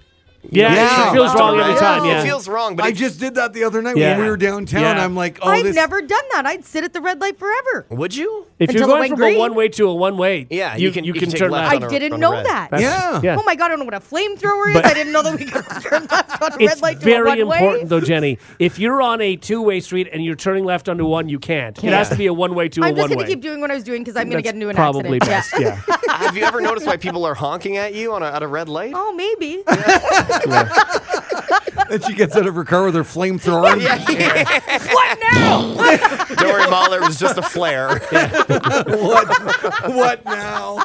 [SPEAKER 5] yeah,
[SPEAKER 2] Yeah.
[SPEAKER 5] it feels
[SPEAKER 3] Left or
[SPEAKER 5] wrong every
[SPEAKER 3] right?
[SPEAKER 5] time.
[SPEAKER 3] It
[SPEAKER 5] Yeah.
[SPEAKER 3] feels wrong, but
[SPEAKER 2] I
[SPEAKER 3] it-
[SPEAKER 2] just did that the other night
[SPEAKER 5] Yeah.
[SPEAKER 2] when we were downtown.
[SPEAKER 5] Yeah.
[SPEAKER 2] I'm like, oh,
[SPEAKER 4] I've
[SPEAKER 2] this
[SPEAKER 4] never done that. I'd sit at the red light forever.
[SPEAKER 3] would you?
[SPEAKER 5] If you're
[SPEAKER 4] Until it
[SPEAKER 5] going
[SPEAKER 4] went
[SPEAKER 5] from
[SPEAKER 4] green.
[SPEAKER 5] a one way to a one way,
[SPEAKER 3] Yeah,
[SPEAKER 5] you, can you, can,
[SPEAKER 3] take
[SPEAKER 5] turn
[SPEAKER 3] left
[SPEAKER 5] left.
[SPEAKER 3] on
[SPEAKER 4] I
[SPEAKER 3] a-
[SPEAKER 4] didn't
[SPEAKER 3] on a
[SPEAKER 4] know
[SPEAKER 3] red.
[SPEAKER 4] that.
[SPEAKER 5] That's-
[SPEAKER 2] Yeah.
[SPEAKER 5] yeah.
[SPEAKER 4] Oh my god, I don't know what a flamethrower is.
[SPEAKER 5] But-
[SPEAKER 4] I didn't know that we could turn left on a
[SPEAKER 5] It's
[SPEAKER 4] red light to a
[SPEAKER 5] very
[SPEAKER 4] one way.
[SPEAKER 5] important, though, Jenny. If you're on a two-way street and you're turning left onto one, you can't. It has to be a one-way to a
[SPEAKER 4] I'm just
[SPEAKER 5] one-way.
[SPEAKER 4] gonna keep doing what I was doing because I'm gonna
[SPEAKER 5] That's
[SPEAKER 4] get into an
[SPEAKER 5] probably
[SPEAKER 4] accident. Yeah.
[SPEAKER 5] best. Yeah.
[SPEAKER 3] Have you ever noticed why people are honking at you on a, at a red light?
[SPEAKER 4] Oh, maybe.
[SPEAKER 2] And she gets out of her car with her flamethrower.
[SPEAKER 4] what now?
[SPEAKER 3] Don't worry, Mahler, it was just a flare.
[SPEAKER 2] what? What now?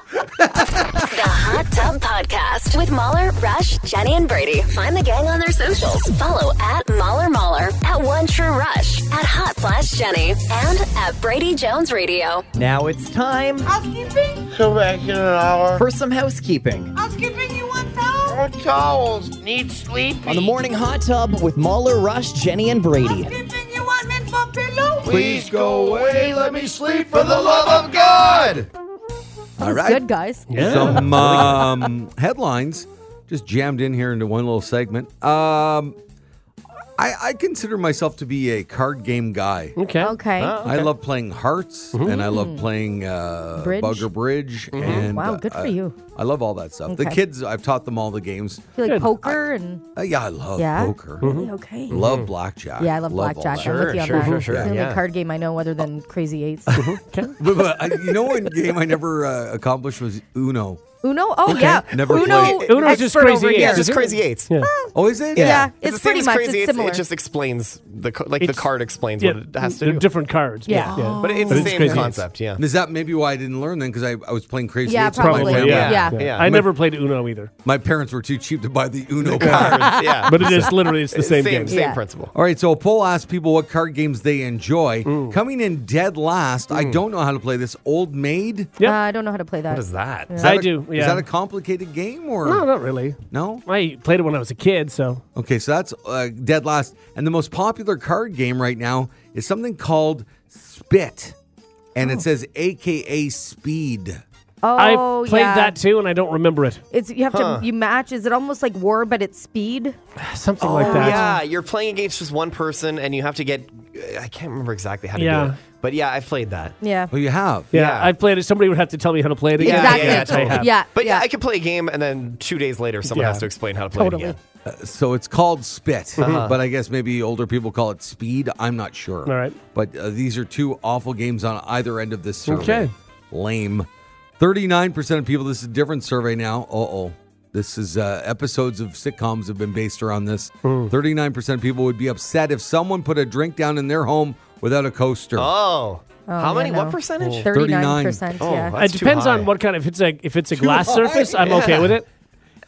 [SPEAKER 1] The Hot Tub Podcast with Mahler, Rush, Jenny, and Brady. Find the gang on their socials. Follow at Mahler Mahler, at One True Rush, at Hot Flash Jenny, and at Brady Jones Radio.
[SPEAKER 7] Now it's time
[SPEAKER 4] Housekeeping?
[SPEAKER 7] for some housekeeping.
[SPEAKER 4] Housekeeping, you want
[SPEAKER 8] No towels. Need sleep.
[SPEAKER 7] On the morning hot tub with Mahler, Rush, Jenny, and Brady.
[SPEAKER 8] Sleeping, you want me for pillow?
[SPEAKER 6] Please go away. Let me sleep for the love of God.
[SPEAKER 2] All right.
[SPEAKER 4] Good guys.
[SPEAKER 2] Some um, headlines just jammed in here into one little segment. Um, I, I consider myself to be a card game guy.
[SPEAKER 5] Okay.
[SPEAKER 4] Okay. Mm-hmm.
[SPEAKER 2] I love playing hearts and I love playing uh,
[SPEAKER 4] Bridge. Mm-hmm.
[SPEAKER 2] Bugger Bridge. And,
[SPEAKER 4] Wow,
[SPEAKER 2] uh,
[SPEAKER 4] good for
[SPEAKER 2] I-
[SPEAKER 4] you.
[SPEAKER 2] I love all that stuff. The
[SPEAKER 4] Okay.
[SPEAKER 2] kids, I've taught them all the games.
[SPEAKER 4] I feel like poker and
[SPEAKER 2] Uh, yeah, I love
[SPEAKER 4] yeah.
[SPEAKER 2] poker.
[SPEAKER 4] Really? Okay.
[SPEAKER 2] Love blackjack.
[SPEAKER 4] Yeah, I love,
[SPEAKER 2] all
[SPEAKER 4] blackjack.
[SPEAKER 2] that.
[SPEAKER 4] I'm with you on
[SPEAKER 3] Sure,
[SPEAKER 4] that.
[SPEAKER 3] sure, sure,
[SPEAKER 4] It's the only
[SPEAKER 3] yeah.
[SPEAKER 4] card game I know other than Crazy Eights.
[SPEAKER 2] but, but I, you know, one game I never uh, accomplished was Uno.
[SPEAKER 4] Uno? Oh, yeah.
[SPEAKER 2] Never
[SPEAKER 4] Uno,
[SPEAKER 2] played.
[SPEAKER 5] Uno's just
[SPEAKER 4] expert
[SPEAKER 5] Crazy
[SPEAKER 4] over
[SPEAKER 5] Eights.
[SPEAKER 4] here.
[SPEAKER 3] It's just crazy eights.
[SPEAKER 5] Yeah.
[SPEAKER 2] Oh, is it?
[SPEAKER 4] Yeah,
[SPEAKER 3] It's,
[SPEAKER 4] it's,
[SPEAKER 3] the same
[SPEAKER 4] pretty
[SPEAKER 3] as
[SPEAKER 4] much
[SPEAKER 3] crazy
[SPEAKER 4] it's
[SPEAKER 3] eights.
[SPEAKER 4] similar.
[SPEAKER 3] It just explains the co- like
[SPEAKER 5] It's-
[SPEAKER 3] the card explains
[SPEAKER 5] Yeah,
[SPEAKER 3] what it has to
[SPEAKER 5] they're
[SPEAKER 3] do.
[SPEAKER 5] different cards.
[SPEAKER 4] Yeah.
[SPEAKER 3] but it's
[SPEAKER 5] But
[SPEAKER 3] the
[SPEAKER 5] it's
[SPEAKER 3] same
[SPEAKER 5] Crazy Eights.
[SPEAKER 3] concept. Yeah.
[SPEAKER 2] And Is that maybe why I didn't learn then? Because I, I was playing crazy.
[SPEAKER 4] Yeah,
[SPEAKER 2] Eights with my
[SPEAKER 4] probably,
[SPEAKER 2] family.
[SPEAKER 4] yeah.
[SPEAKER 3] Yeah.
[SPEAKER 5] I never played Uno either,
[SPEAKER 2] My parents were too cheap to buy the Uno card.
[SPEAKER 3] yeah.
[SPEAKER 5] but it is literally it's the same, game.
[SPEAKER 3] Same
[SPEAKER 4] Yeah.
[SPEAKER 3] principle.
[SPEAKER 2] All right, so a poll asked people what card games they enjoy. Coming in dead last, I don't know how to play this. Old Maid.
[SPEAKER 5] Yep.
[SPEAKER 4] Uh, I don't know how to play that.
[SPEAKER 3] What is that?
[SPEAKER 2] Is that
[SPEAKER 5] I
[SPEAKER 2] a-
[SPEAKER 5] do,
[SPEAKER 2] Is
[SPEAKER 5] yeah.
[SPEAKER 2] that a complicated game or
[SPEAKER 5] No, not really.
[SPEAKER 2] no?
[SPEAKER 5] I played it when I was a kid, so
[SPEAKER 2] Okay, so that's uh, dead last. And the most popular card game right now is something called Spit, and
[SPEAKER 5] Oh.
[SPEAKER 2] it says AKA Speed.
[SPEAKER 4] Oh,
[SPEAKER 5] I played
[SPEAKER 4] yeah.
[SPEAKER 5] that too, and I don't remember it.
[SPEAKER 4] It's you have to you match. Is it almost like war, but it's speed?
[SPEAKER 5] Something like that.
[SPEAKER 3] Yeah, you're playing against just one person, and you have to get. I can't remember exactly how to do
[SPEAKER 5] Yeah.
[SPEAKER 3] it, but yeah, I played that.
[SPEAKER 4] Yeah.
[SPEAKER 2] Oh, you have.
[SPEAKER 5] Yeah,
[SPEAKER 3] Yeah.
[SPEAKER 5] I played it. Somebody would have to tell me how to play it again.
[SPEAKER 4] exactly.
[SPEAKER 3] yeah, yeah,
[SPEAKER 5] I have.
[SPEAKER 3] totally.
[SPEAKER 4] yeah.
[SPEAKER 3] But yeah, I could play a game, and then two days later, someone
[SPEAKER 5] Yeah.
[SPEAKER 3] has to explain how to play
[SPEAKER 4] Totally.
[SPEAKER 3] it again.
[SPEAKER 2] So it's called Spit, but I guess maybe older people call it Speed. I'm not sure.
[SPEAKER 5] Uh-huh. All right.
[SPEAKER 2] But uh, these are two awful games on either end of this survey.
[SPEAKER 5] Okay.
[SPEAKER 2] Lame. 39% of people, this is a different survey now. Uh oh. This is uh, episodes of sitcoms have been based around this.
[SPEAKER 5] Hmm.
[SPEAKER 2] 39% of people would be upset if someone put a drink down in their home without a coaster.
[SPEAKER 3] Oh, how
[SPEAKER 4] yeah,
[SPEAKER 3] many?
[SPEAKER 4] no.
[SPEAKER 3] What percentage?
[SPEAKER 4] Thirty-nine percent.
[SPEAKER 3] Oh,
[SPEAKER 4] yeah.
[SPEAKER 3] wow.
[SPEAKER 5] It
[SPEAKER 3] That's too
[SPEAKER 5] depends
[SPEAKER 3] high.
[SPEAKER 5] on what kind. If it's a if it's a glass surface, I'm okay with it.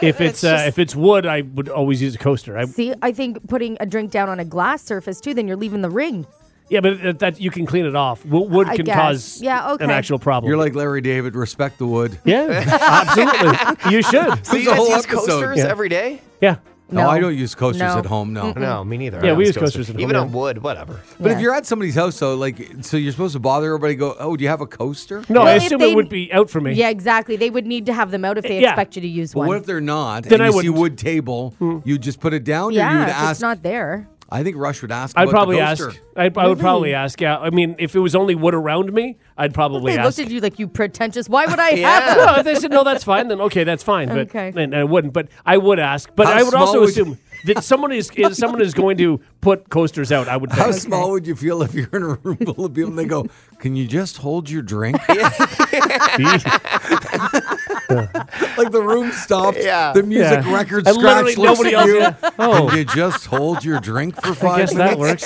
[SPEAKER 5] If it's, uh,
[SPEAKER 3] just-
[SPEAKER 5] if it's wood, I would always use a coaster. I,
[SPEAKER 4] See, I think putting a drink down on a glass surface too, then you're leaving the ring.
[SPEAKER 2] Oh,
[SPEAKER 5] yeah, but that- that you can clean it off. W- Wood
[SPEAKER 4] I
[SPEAKER 5] can
[SPEAKER 4] guess.
[SPEAKER 5] cause
[SPEAKER 4] Yeah, okay.
[SPEAKER 5] an actual problem.
[SPEAKER 2] You're like Larry David, respect the wood.
[SPEAKER 5] yeah, absolutely. You should.
[SPEAKER 3] So
[SPEAKER 2] There's
[SPEAKER 3] you
[SPEAKER 2] a
[SPEAKER 3] guys
[SPEAKER 2] whole
[SPEAKER 3] use
[SPEAKER 2] episode.
[SPEAKER 3] coasters
[SPEAKER 5] Yeah.
[SPEAKER 3] every day?
[SPEAKER 5] Yeah.
[SPEAKER 2] No,
[SPEAKER 4] No.
[SPEAKER 2] Oh, I don't use coasters
[SPEAKER 4] No.
[SPEAKER 2] at home, no.
[SPEAKER 3] No, me neither. I
[SPEAKER 5] Yeah, we
[SPEAKER 3] always
[SPEAKER 5] use
[SPEAKER 3] coaster.
[SPEAKER 5] coasters at home,
[SPEAKER 3] even
[SPEAKER 5] yeah.
[SPEAKER 3] on wood, whatever.
[SPEAKER 2] But if
[SPEAKER 4] Yeah.
[SPEAKER 2] you're at somebody's house, though, like, so you're supposed to bother everybody, go, oh, do you have a coaster?
[SPEAKER 5] No,
[SPEAKER 4] Well,
[SPEAKER 5] I
[SPEAKER 4] if
[SPEAKER 5] assume
[SPEAKER 4] they-
[SPEAKER 5] it would be out for me.
[SPEAKER 4] Yeah, exactly. They would need to have them out if they
[SPEAKER 5] Yeah.
[SPEAKER 4] expect you to use
[SPEAKER 2] But
[SPEAKER 4] one.
[SPEAKER 2] what if they're not?
[SPEAKER 5] Then
[SPEAKER 2] and
[SPEAKER 5] I
[SPEAKER 2] you see
[SPEAKER 5] wouldn't. Hmm.
[SPEAKER 2] wood table. You just put it down, or you
[SPEAKER 4] yeah,
[SPEAKER 2] would
[SPEAKER 4] if
[SPEAKER 2] ask.
[SPEAKER 4] it's not there.
[SPEAKER 2] I think Rush would ask.
[SPEAKER 5] I'd
[SPEAKER 2] about the
[SPEAKER 5] probably
[SPEAKER 2] coaster.
[SPEAKER 5] ask. I'd, I would probably ask. Yeah, I mean, if it was only wood around me, I'd probably
[SPEAKER 4] They
[SPEAKER 5] ask.
[SPEAKER 4] looked at you like you pretentious. Why would I have?
[SPEAKER 5] no, if they said no, that's fine. Then okay, that's fine. But
[SPEAKER 4] Okay.
[SPEAKER 5] and I wouldn't. But I would ask. But
[SPEAKER 2] How
[SPEAKER 5] I would
[SPEAKER 2] small
[SPEAKER 5] also
[SPEAKER 2] would-
[SPEAKER 5] assume that someone is, is someone is going to put coasters out. I would.
[SPEAKER 2] How
[SPEAKER 5] Think.
[SPEAKER 2] small would you feel if you're in a room full of people and they go, "Can you just hold your drink?" like the room stops.
[SPEAKER 3] Yeah.
[SPEAKER 2] The music
[SPEAKER 5] Yeah.
[SPEAKER 2] record
[SPEAKER 5] And
[SPEAKER 2] scratch
[SPEAKER 5] literally
[SPEAKER 2] looks at
[SPEAKER 5] nobody
[SPEAKER 2] you.
[SPEAKER 5] else- Oh.
[SPEAKER 2] Can you just hold your drink for five
[SPEAKER 5] I guess
[SPEAKER 2] minutes?
[SPEAKER 5] that works.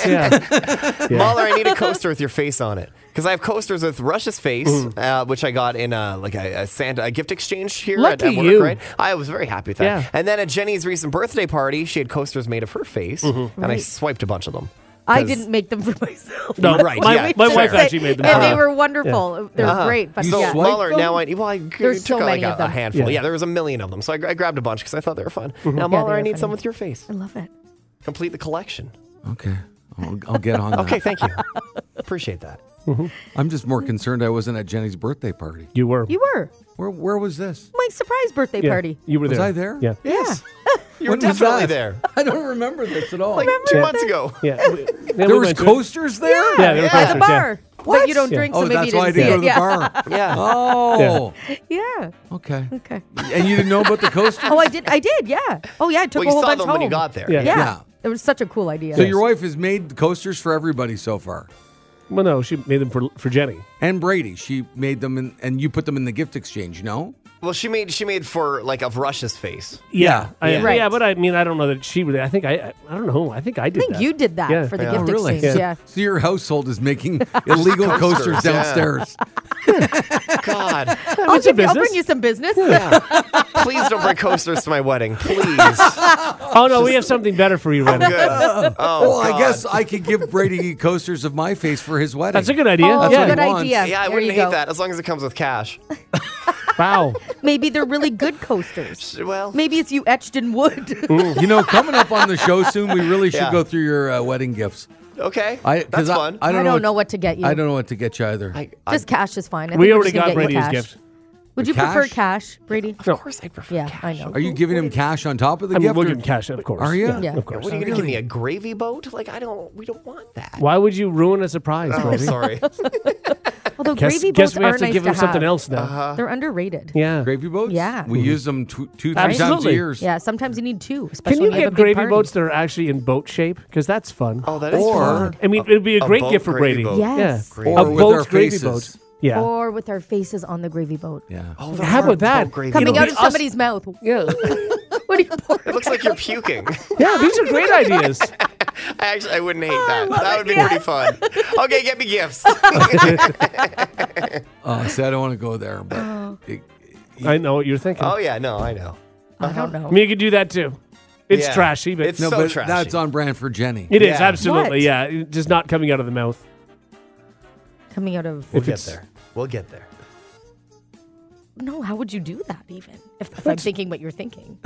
[SPEAKER 5] Yeah.
[SPEAKER 3] Mahler, I need a coaster with your face on it. Because I have coasters with Rush's face, uh, which I got in a, like a, a Santa a gift exchange here at,
[SPEAKER 5] Lucky
[SPEAKER 3] at work,
[SPEAKER 5] you.
[SPEAKER 3] right? I was very happy with that.
[SPEAKER 5] Yeah.
[SPEAKER 3] And then at Jenny's recent birthday party, she had coasters made of her face, and I swiped a bunch of them.
[SPEAKER 4] I
[SPEAKER 3] 'Cause-
[SPEAKER 4] didn't make them for myself.
[SPEAKER 5] No,
[SPEAKER 3] Right,
[SPEAKER 5] My,
[SPEAKER 3] yeah,
[SPEAKER 5] my
[SPEAKER 3] fair.
[SPEAKER 5] wife actually made them.
[SPEAKER 4] And
[SPEAKER 5] for
[SPEAKER 4] they
[SPEAKER 5] me.
[SPEAKER 4] were wonderful. They're great.
[SPEAKER 2] Uh-huh.
[SPEAKER 4] But
[SPEAKER 2] You
[SPEAKER 3] So
[SPEAKER 4] yeah.
[SPEAKER 2] swipe
[SPEAKER 3] Uh-huh. Mahler,
[SPEAKER 2] them?
[SPEAKER 3] now I well, I g-
[SPEAKER 4] There's
[SPEAKER 3] took
[SPEAKER 4] so
[SPEAKER 3] out, like
[SPEAKER 4] many
[SPEAKER 3] a,
[SPEAKER 4] of
[SPEAKER 3] a
[SPEAKER 4] them.
[SPEAKER 3] handful.
[SPEAKER 5] Yeah.
[SPEAKER 3] Yeah. there was a million of them, so I, gr- I grabbed a bunch because I thought they were fun. Now
[SPEAKER 4] they
[SPEAKER 3] Mahler, I
[SPEAKER 4] were
[SPEAKER 3] need
[SPEAKER 4] funny.
[SPEAKER 3] some with your face.
[SPEAKER 4] I love it.
[SPEAKER 3] Complete the collection.
[SPEAKER 2] Okay. I'll, I'll get on that.
[SPEAKER 3] Okay, thank you. Appreciate that.
[SPEAKER 2] I'm just more concerned I wasn't at Jenny's birthday party.
[SPEAKER 5] You were.
[SPEAKER 4] You were
[SPEAKER 2] Where where was this?
[SPEAKER 4] my surprise birthday
[SPEAKER 5] yeah.
[SPEAKER 4] party.
[SPEAKER 5] You were
[SPEAKER 2] Was
[SPEAKER 5] there.
[SPEAKER 2] I there?
[SPEAKER 5] Yeah.
[SPEAKER 3] Yes, you were
[SPEAKER 2] When was
[SPEAKER 3] definitely
[SPEAKER 2] that?
[SPEAKER 3] there.
[SPEAKER 2] I don't remember this at all.
[SPEAKER 3] Like two months ago.
[SPEAKER 5] Yeah. We- yeah, we
[SPEAKER 2] there was
[SPEAKER 5] went to-
[SPEAKER 2] coasters there?
[SPEAKER 5] Yeah, they were
[SPEAKER 4] By
[SPEAKER 5] coasters.
[SPEAKER 4] the
[SPEAKER 5] yeah.
[SPEAKER 4] bar. But you don't
[SPEAKER 5] Yeah.
[SPEAKER 4] drink,
[SPEAKER 2] Oh,
[SPEAKER 4] so maybe
[SPEAKER 2] that's
[SPEAKER 4] you didn't
[SPEAKER 2] why I
[SPEAKER 4] see
[SPEAKER 2] didn't go to
[SPEAKER 4] it.
[SPEAKER 2] the bar.
[SPEAKER 4] yeah.
[SPEAKER 3] Yeah.
[SPEAKER 2] Oh,
[SPEAKER 4] yeah.
[SPEAKER 2] okay.
[SPEAKER 4] Okay.
[SPEAKER 2] And you didn't know about the coasters?
[SPEAKER 4] Oh, I did. I did. Yeah. Oh, yeah. I took
[SPEAKER 3] Well,
[SPEAKER 4] a
[SPEAKER 3] you
[SPEAKER 4] whole
[SPEAKER 3] saw
[SPEAKER 4] bunch
[SPEAKER 3] them
[SPEAKER 4] home.
[SPEAKER 3] when you got there.
[SPEAKER 5] Yeah.
[SPEAKER 4] Yeah.
[SPEAKER 2] Yeah.
[SPEAKER 4] It was such a cool idea.
[SPEAKER 2] So your wife has made coasters for everybody so far,
[SPEAKER 5] Well, no, she made them for for Jenny.
[SPEAKER 2] and Brady. She made them, in, and you put them in the gift exchange. No,
[SPEAKER 3] Well, she made she made for like of Rush's face.
[SPEAKER 5] Yeah. I,
[SPEAKER 4] Right.
[SPEAKER 5] Yeah, but I mean, I don't know that she really. I think I. I, I don't know. I think I
[SPEAKER 4] I
[SPEAKER 5] did.
[SPEAKER 4] think
[SPEAKER 5] that.
[SPEAKER 4] you did that
[SPEAKER 5] Yeah.
[SPEAKER 4] for the
[SPEAKER 5] Yeah.
[SPEAKER 4] gift
[SPEAKER 2] oh, really?
[SPEAKER 4] exchange. Yeah.
[SPEAKER 2] So your household is making illegal coasters
[SPEAKER 3] Coasters, yeah.
[SPEAKER 2] downstairs.
[SPEAKER 3] God,
[SPEAKER 4] I'll,
[SPEAKER 5] It's a
[SPEAKER 4] give you, I'll
[SPEAKER 5] business.
[SPEAKER 4] bring you some business.
[SPEAKER 3] please don't bring coasters to my wedding, please. I'm
[SPEAKER 5] Oh no, we have something better for you, Randy.
[SPEAKER 3] good. Oh,
[SPEAKER 2] well, I
[SPEAKER 3] God.
[SPEAKER 2] guess I could give Brady coasters of my face for his wedding.
[SPEAKER 5] That's a good idea.
[SPEAKER 4] Oh,
[SPEAKER 2] That's
[SPEAKER 5] yeah.
[SPEAKER 2] what
[SPEAKER 4] good
[SPEAKER 2] he wants.
[SPEAKER 4] idea.
[SPEAKER 3] Yeah, I
[SPEAKER 4] There
[SPEAKER 3] wouldn't
[SPEAKER 4] you
[SPEAKER 3] hate
[SPEAKER 4] go.
[SPEAKER 3] that as long as it comes with cash.
[SPEAKER 5] Wow.
[SPEAKER 4] Maybe they're really good coasters.
[SPEAKER 3] Well,
[SPEAKER 4] Maybe it's you etched in wood.
[SPEAKER 2] You know, coming up on the show soon, we really should
[SPEAKER 3] Yeah.
[SPEAKER 2] go through your uh, wedding gifts.
[SPEAKER 3] okay.
[SPEAKER 2] I, 'cause
[SPEAKER 3] That's
[SPEAKER 2] I,
[SPEAKER 3] fun.
[SPEAKER 2] I don't,
[SPEAKER 4] I
[SPEAKER 2] know,
[SPEAKER 4] don't know what to get you.
[SPEAKER 2] I don't know what to get you either.
[SPEAKER 3] I- I-
[SPEAKER 4] Just cash is fine. I think
[SPEAKER 5] We
[SPEAKER 4] we're
[SPEAKER 5] already
[SPEAKER 4] just gonna
[SPEAKER 5] got
[SPEAKER 4] get you
[SPEAKER 5] Brady's
[SPEAKER 4] cash.
[SPEAKER 5] gift.
[SPEAKER 4] Would you
[SPEAKER 2] Cash?
[SPEAKER 4] prefer cash, Brady?
[SPEAKER 3] of course, I prefer
[SPEAKER 4] Yeah,
[SPEAKER 3] cash.
[SPEAKER 4] I know.
[SPEAKER 2] Are you giving him cash on top of the
[SPEAKER 5] I mean,
[SPEAKER 2] gift?
[SPEAKER 5] we'll
[SPEAKER 2] or-
[SPEAKER 5] give him cash, of course.
[SPEAKER 2] Are you?
[SPEAKER 4] Yeah.
[SPEAKER 5] Of
[SPEAKER 4] Of
[SPEAKER 5] course.
[SPEAKER 3] What are you going to give me? A gravy boat? Like, I don't, we don't want that.
[SPEAKER 5] Why would you ruin a surprise,
[SPEAKER 3] Oh,
[SPEAKER 5] Brady?
[SPEAKER 3] sorry.
[SPEAKER 4] Although
[SPEAKER 5] Guess,
[SPEAKER 4] gravy
[SPEAKER 5] guess
[SPEAKER 4] boats
[SPEAKER 5] we have
[SPEAKER 4] are
[SPEAKER 5] to
[SPEAKER 4] nice
[SPEAKER 5] give
[SPEAKER 4] to
[SPEAKER 5] him something
[SPEAKER 4] have.
[SPEAKER 5] else now.
[SPEAKER 3] Uh-huh.
[SPEAKER 4] They're underrated.
[SPEAKER 5] Yeah.
[SPEAKER 2] Gravy boats?
[SPEAKER 4] Yeah.
[SPEAKER 3] Mm-hmm.
[SPEAKER 2] We use them tw- two, three
[SPEAKER 5] Right?
[SPEAKER 2] times a
[SPEAKER 5] Absolutely.
[SPEAKER 2] year.
[SPEAKER 4] Yeah, sometimes you need two, especially
[SPEAKER 5] Can you
[SPEAKER 4] when you
[SPEAKER 5] get
[SPEAKER 4] have a big
[SPEAKER 5] gravy
[SPEAKER 4] party.
[SPEAKER 5] boats that are actually in boat shape? Because that's fun.
[SPEAKER 3] Oh, that is
[SPEAKER 2] Or-
[SPEAKER 3] fun.
[SPEAKER 5] I mean, it'd be a,
[SPEAKER 3] a
[SPEAKER 5] great
[SPEAKER 3] boat
[SPEAKER 5] gift for
[SPEAKER 3] gravy
[SPEAKER 5] Brady.
[SPEAKER 3] boat.
[SPEAKER 4] Yes.
[SPEAKER 5] Yeah.
[SPEAKER 3] Or
[SPEAKER 5] a
[SPEAKER 2] with
[SPEAKER 5] boat
[SPEAKER 2] our
[SPEAKER 5] gravy
[SPEAKER 2] faces.
[SPEAKER 5] boat. Yeah.
[SPEAKER 4] Or with our faces on the gravy boat.
[SPEAKER 2] Yeah.
[SPEAKER 3] Oh, there
[SPEAKER 5] How
[SPEAKER 3] are
[SPEAKER 5] about that?
[SPEAKER 3] boat gravy
[SPEAKER 4] Coming
[SPEAKER 5] It'll
[SPEAKER 4] out
[SPEAKER 5] be
[SPEAKER 4] of
[SPEAKER 5] us-
[SPEAKER 4] somebody's mouth.
[SPEAKER 5] Yeah.
[SPEAKER 4] What are you pouring?
[SPEAKER 3] It looks like you're puking.
[SPEAKER 5] yeah, these are great ideas.
[SPEAKER 3] I actually, I wouldn't hate
[SPEAKER 4] Oh,
[SPEAKER 3] that. That would be
[SPEAKER 4] yes.
[SPEAKER 3] pretty fun. Okay, get me gifts.
[SPEAKER 2] Uh, see, I don't want to go there,
[SPEAKER 4] Oh.
[SPEAKER 2] but it-
[SPEAKER 5] I know what you're thinking.
[SPEAKER 3] oh yeah, no, I know.
[SPEAKER 4] I don't know.
[SPEAKER 5] I mean, you could do that too. It's
[SPEAKER 3] Yeah.
[SPEAKER 5] trashy, but
[SPEAKER 3] It's
[SPEAKER 2] no,
[SPEAKER 3] so
[SPEAKER 2] but
[SPEAKER 3] trashy.
[SPEAKER 2] that's on brand for Jenny.
[SPEAKER 5] it is
[SPEAKER 3] Yeah.
[SPEAKER 5] absolutely.
[SPEAKER 4] What?
[SPEAKER 5] Yeah, It- just not coming out of the mouth.
[SPEAKER 4] Coming out of
[SPEAKER 3] We'll get
[SPEAKER 5] it's-
[SPEAKER 3] there. We'll get there.
[SPEAKER 4] no, how would you do that even? If, if I'm thinking what you're thinking,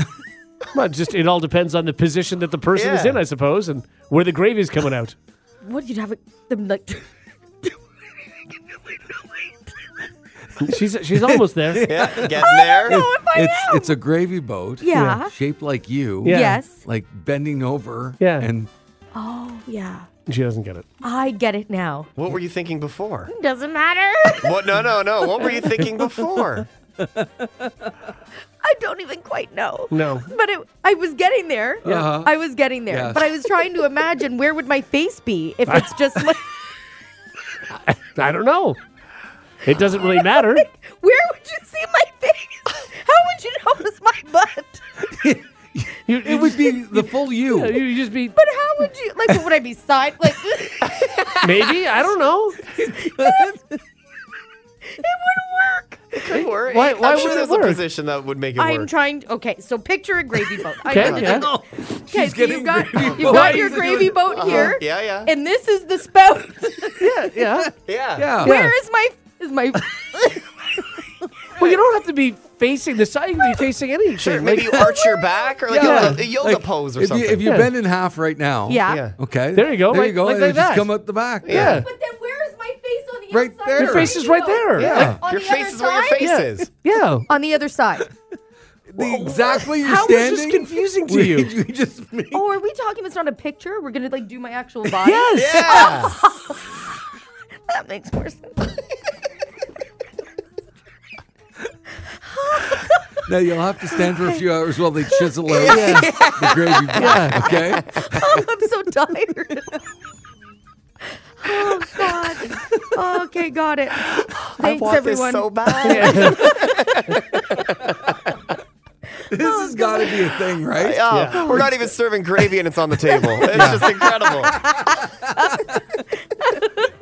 [SPEAKER 5] Well, just it all depends on the position that the person is
[SPEAKER 3] Yeah.
[SPEAKER 5] in, I suppose, and where the gravy is coming out.
[SPEAKER 4] what you'd have it them like.
[SPEAKER 5] she's she's almost there.
[SPEAKER 3] Yeah, getting there.
[SPEAKER 2] It's it's a gravy boat.
[SPEAKER 4] Yeah.
[SPEAKER 2] Shaped like you.
[SPEAKER 5] Yeah.
[SPEAKER 4] Yes.
[SPEAKER 2] Like bending over.
[SPEAKER 5] Yeah.
[SPEAKER 2] And
[SPEAKER 4] Oh yeah,
[SPEAKER 5] She doesn't get it.
[SPEAKER 4] I get it now.
[SPEAKER 3] What were you thinking before?
[SPEAKER 4] Doesn't matter.
[SPEAKER 3] What? No, no, no. What were you thinking before?
[SPEAKER 4] I don't even quite know.
[SPEAKER 5] No.
[SPEAKER 4] But it, I was getting there.
[SPEAKER 2] Uh-huh.
[SPEAKER 4] I was getting there.
[SPEAKER 2] Yes.
[SPEAKER 4] But I was trying to imagine where would my face be if it's just like
[SPEAKER 5] I don't know. It doesn't really matter.
[SPEAKER 4] where would you see my face? How would you notice my butt?
[SPEAKER 5] You,
[SPEAKER 2] it would be the full you.
[SPEAKER 5] you just be
[SPEAKER 4] But how would you like? Would I be side like? it
[SPEAKER 5] maybe I don't know.
[SPEAKER 4] wouldn't work.
[SPEAKER 3] Could work.
[SPEAKER 5] Why- why
[SPEAKER 3] I'm sure
[SPEAKER 5] would it
[SPEAKER 3] there's
[SPEAKER 5] work?
[SPEAKER 3] a position that would make it
[SPEAKER 4] I'm
[SPEAKER 3] work.
[SPEAKER 4] trying. To, okay, so picture a gravy boat. I
[SPEAKER 5] Okay,
[SPEAKER 4] know that
[SPEAKER 5] yeah.
[SPEAKER 4] you- Okay, so
[SPEAKER 2] getting
[SPEAKER 4] you've got
[SPEAKER 2] gravy
[SPEAKER 4] you've
[SPEAKER 2] boat.
[SPEAKER 4] got your
[SPEAKER 2] She's
[SPEAKER 4] gravy boat
[SPEAKER 2] Uh-huh,
[SPEAKER 4] here.
[SPEAKER 3] Uh-huh. Yeah, yeah.
[SPEAKER 4] And this is the spout.
[SPEAKER 5] Yeah.
[SPEAKER 3] yeah.
[SPEAKER 2] yeah.
[SPEAKER 4] Where is my is my?
[SPEAKER 5] Well, you don't have to be facing the side. You can be facing anything.
[SPEAKER 3] Sure. Maybe you
[SPEAKER 5] Like-
[SPEAKER 3] arch your back or like
[SPEAKER 5] Yeah.
[SPEAKER 3] a, a yoga
[SPEAKER 2] Like,
[SPEAKER 3] pose or
[SPEAKER 2] if
[SPEAKER 3] something.
[SPEAKER 2] You, if you
[SPEAKER 5] Yeah.
[SPEAKER 2] bend in half right now.
[SPEAKER 4] yeah.
[SPEAKER 3] yeah.
[SPEAKER 2] Okay.
[SPEAKER 5] There you go,
[SPEAKER 2] There
[SPEAKER 5] like-
[SPEAKER 2] you go.
[SPEAKER 5] like-
[SPEAKER 2] and
[SPEAKER 5] like
[SPEAKER 2] it just
[SPEAKER 5] that.
[SPEAKER 2] come up the back.
[SPEAKER 5] yeah.
[SPEAKER 4] But then where is my face on the
[SPEAKER 2] Right
[SPEAKER 4] inside?
[SPEAKER 2] there.
[SPEAKER 5] Your face is right there.
[SPEAKER 2] Yeah.
[SPEAKER 5] Like,
[SPEAKER 4] On
[SPEAKER 3] Your
[SPEAKER 4] the
[SPEAKER 3] face
[SPEAKER 4] other
[SPEAKER 3] is where your
[SPEAKER 4] side?
[SPEAKER 3] face
[SPEAKER 5] Yeah.
[SPEAKER 3] is.
[SPEAKER 5] yeah.
[SPEAKER 4] On the other side.
[SPEAKER 2] The exact way you're
[SPEAKER 5] How
[SPEAKER 2] standing.
[SPEAKER 5] was this confusing to
[SPEAKER 2] we-
[SPEAKER 5] you?
[SPEAKER 2] we just made-
[SPEAKER 4] Oh, are we talking? It's not a picture. We're gonna like do my actual body.
[SPEAKER 5] Yes.
[SPEAKER 3] Yeah.
[SPEAKER 4] Oh, that makes more sense.
[SPEAKER 2] Now you'll have to stand for a few hours while they chisel out the gravy boat. Okay.
[SPEAKER 4] Oh, I'm so tired. oh God. okay, got it. Thanks,
[SPEAKER 3] Want this
[SPEAKER 4] everyone.
[SPEAKER 3] so bad.
[SPEAKER 2] This has got to be a thing, right?
[SPEAKER 3] Oh, We're not even serving gravy and it's on the table. It's just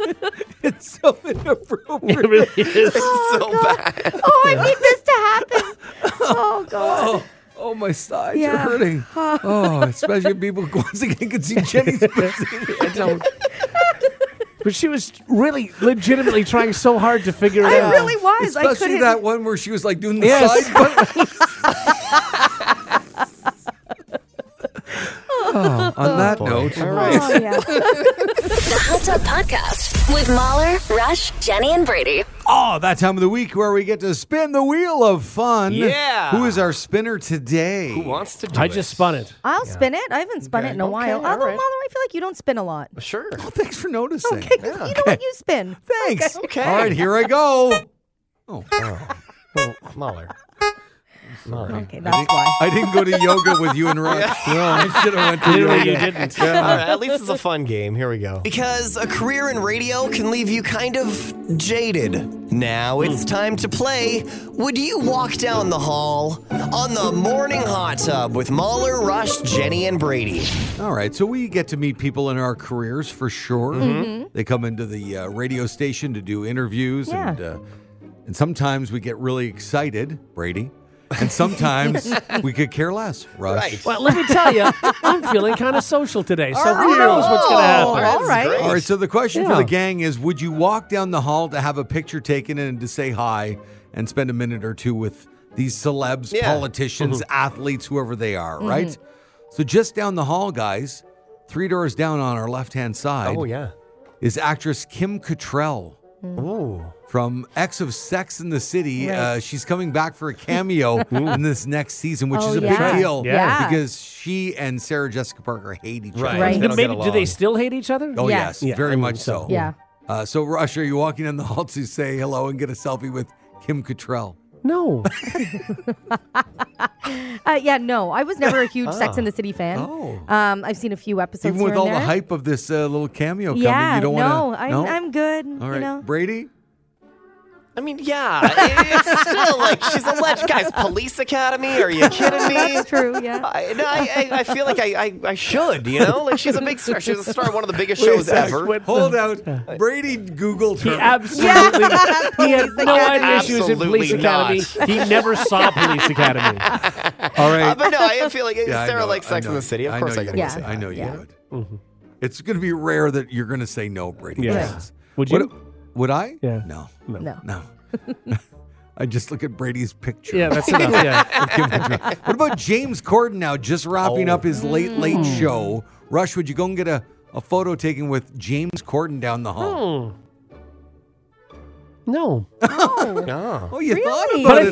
[SPEAKER 3] incredible.
[SPEAKER 2] It's so inappropriate.
[SPEAKER 5] It really is.
[SPEAKER 3] It's so bad.
[SPEAKER 4] oh, I need this to happen. Oh God.
[SPEAKER 2] Oh, oh, my sides are
[SPEAKER 4] Yeah.
[SPEAKER 2] hurting. Oh, especially if people once again can see Jenny's face.
[SPEAKER 5] I don't. But she was really legitimately trying so hard to figure it
[SPEAKER 4] I
[SPEAKER 5] out.
[SPEAKER 4] really was. I
[SPEAKER 2] Especially
[SPEAKER 4] couldn't.
[SPEAKER 2] that one where she was like doing the
[SPEAKER 5] Yes.
[SPEAKER 2] side. button. oh, on that note,
[SPEAKER 3] All right.
[SPEAKER 4] Oh yeah.
[SPEAKER 1] The Hot Tub Podcast with Mahler, Rush, Jenny, and Brady.
[SPEAKER 2] oh, that time of the week where we get to spin the wheel of fun.
[SPEAKER 3] Yeah.
[SPEAKER 2] Who is our spinner today?
[SPEAKER 3] Who wants to do
[SPEAKER 5] I
[SPEAKER 3] it?
[SPEAKER 5] just spun it.
[SPEAKER 4] I'll spin it. I haven't spun it in a while.
[SPEAKER 3] all
[SPEAKER 4] Although,
[SPEAKER 3] right.
[SPEAKER 4] Mother, I feel like you don't spin a lot.
[SPEAKER 3] Sure.
[SPEAKER 2] Thanks for noticing.
[SPEAKER 4] Okay, 'cause you know what? You spin.
[SPEAKER 2] Thanks.
[SPEAKER 3] Okay.
[SPEAKER 2] All right, here I go.
[SPEAKER 3] Well, Mahler. Mahler.
[SPEAKER 4] Okay, that's why.
[SPEAKER 2] I didn't go to yoga with you and Rush. No, I should have went to
[SPEAKER 5] Clearly
[SPEAKER 2] yoga.
[SPEAKER 5] you didn't.
[SPEAKER 3] All right, at least it's a fun game. Here we go. Because a career in radio can leave you kind of jaded. Now it's time to play Would You Walk Down the Hall on the Morning Hot Tub with Mahler, Rush, Jenny, and Brady.
[SPEAKER 2] All right, so we get to meet people in our careers for sure. They come into the uh, radio station to do interviews,
[SPEAKER 4] Yeah.
[SPEAKER 2] and uh, and sometimes we get really excited, Brady, and sometimes we could care less, Rush.
[SPEAKER 3] Right.
[SPEAKER 5] Well, let me tell you, I'm feeling kind of social today, so
[SPEAKER 2] Are
[SPEAKER 5] who
[SPEAKER 2] you?
[SPEAKER 5] knows what's going to happen?
[SPEAKER 4] Oh, All right.
[SPEAKER 2] Oh, All right, so the question for
[SPEAKER 5] Yeah.
[SPEAKER 2] the gang is: Would you walk down the hall to have a picture taken and to say hi? and spend a minute or two with these celebs,
[SPEAKER 3] Yeah.
[SPEAKER 2] politicians, athletes, whoever they are, right? So just down the hall, guys, three doors down on our left hand side
[SPEAKER 3] Oh yeah.
[SPEAKER 2] is actress Kim Cattrall
[SPEAKER 3] Ooh.
[SPEAKER 2] from X of Sex in the City. Uh, she's coming back for a cameo in this next season, which
[SPEAKER 4] Oh,
[SPEAKER 2] is a
[SPEAKER 4] yeah.
[SPEAKER 2] big deal
[SPEAKER 5] Yeah.
[SPEAKER 4] Yeah.
[SPEAKER 2] because she and Sarah Jessica Parker hate each
[SPEAKER 3] Right.
[SPEAKER 2] other.
[SPEAKER 4] Right.
[SPEAKER 3] They don't get
[SPEAKER 5] Maybe, do they
[SPEAKER 3] along.
[SPEAKER 5] still hate each other?
[SPEAKER 2] Oh,
[SPEAKER 4] Yeah.
[SPEAKER 2] yes,
[SPEAKER 5] Yeah,
[SPEAKER 2] very
[SPEAKER 5] I
[SPEAKER 2] much
[SPEAKER 5] mean,
[SPEAKER 2] so.
[SPEAKER 5] so.
[SPEAKER 4] Yeah.
[SPEAKER 2] Uh, so, Rush, are you walking down the hall to say hello and get a selfie with Kim Cattrall?
[SPEAKER 5] No.
[SPEAKER 4] Uh, yeah, no, I was never a huge Sex in the City fan.
[SPEAKER 2] Ah. Oh.
[SPEAKER 4] Um, I've seen a few episodes.
[SPEAKER 2] Even with
[SPEAKER 4] here and
[SPEAKER 2] all the
[SPEAKER 4] there.
[SPEAKER 2] hype of this uh, little cameo coming,
[SPEAKER 4] yeah,
[SPEAKER 2] you don't
[SPEAKER 4] no,
[SPEAKER 2] want to.
[SPEAKER 4] I'm, I'm good.
[SPEAKER 2] All right,
[SPEAKER 4] You know,
[SPEAKER 2] Brady.
[SPEAKER 3] I mean, yeah. It's still like she's a legend. Guys, police academy? Are you kidding me?
[SPEAKER 4] that's true. Yeah.
[SPEAKER 3] I, no, I, I, I feel like I, I, I should, you know? Like, she's a big star. She was a star of one of the biggest shows ever.
[SPEAKER 2] Hold out. Brady Googled
[SPEAKER 5] He
[SPEAKER 2] her.
[SPEAKER 5] absolutely. he had no
[SPEAKER 4] Academy.
[SPEAKER 5] idea she was in Police
[SPEAKER 3] Absolutely
[SPEAKER 5] Academy.
[SPEAKER 3] not.
[SPEAKER 5] He never saw Police Academy.
[SPEAKER 2] all
[SPEAKER 3] Uh,
[SPEAKER 2] right.
[SPEAKER 3] but no, I feel like
[SPEAKER 2] Yeah, I
[SPEAKER 3] Sarah
[SPEAKER 2] know,
[SPEAKER 3] likes
[SPEAKER 2] I
[SPEAKER 3] Sex in
[SPEAKER 2] know.
[SPEAKER 3] the City. Of
[SPEAKER 2] I
[SPEAKER 3] course
[SPEAKER 2] know
[SPEAKER 3] I Mm-hmm.
[SPEAKER 2] you
[SPEAKER 3] can
[SPEAKER 2] would.
[SPEAKER 4] Yeah.
[SPEAKER 3] say
[SPEAKER 2] I know you
[SPEAKER 4] Yeah.
[SPEAKER 2] would. It's going to be rare that you're going to say no, Brady.
[SPEAKER 5] Yeah.
[SPEAKER 2] Yes.
[SPEAKER 5] Would you?
[SPEAKER 2] What, would I?
[SPEAKER 5] Yeah.
[SPEAKER 2] No.
[SPEAKER 4] No.
[SPEAKER 2] No. I just look at Brady's picture.
[SPEAKER 5] Yeah, that's enough. Yeah.
[SPEAKER 2] Of Kim Cattrall. what about James Corden now, just wrapping
[SPEAKER 3] Oh.
[SPEAKER 2] up his late, late
[SPEAKER 4] Hmm.
[SPEAKER 2] show? Rush, would you go and get a, a photo taken with James Corden down the hall?
[SPEAKER 5] No.
[SPEAKER 2] Oh, you thought about
[SPEAKER 4] Hmm. Really?
[SPEAKER 5] But
[SPEAKER 2] it, though.
[SPEAKER 5] I thought about it.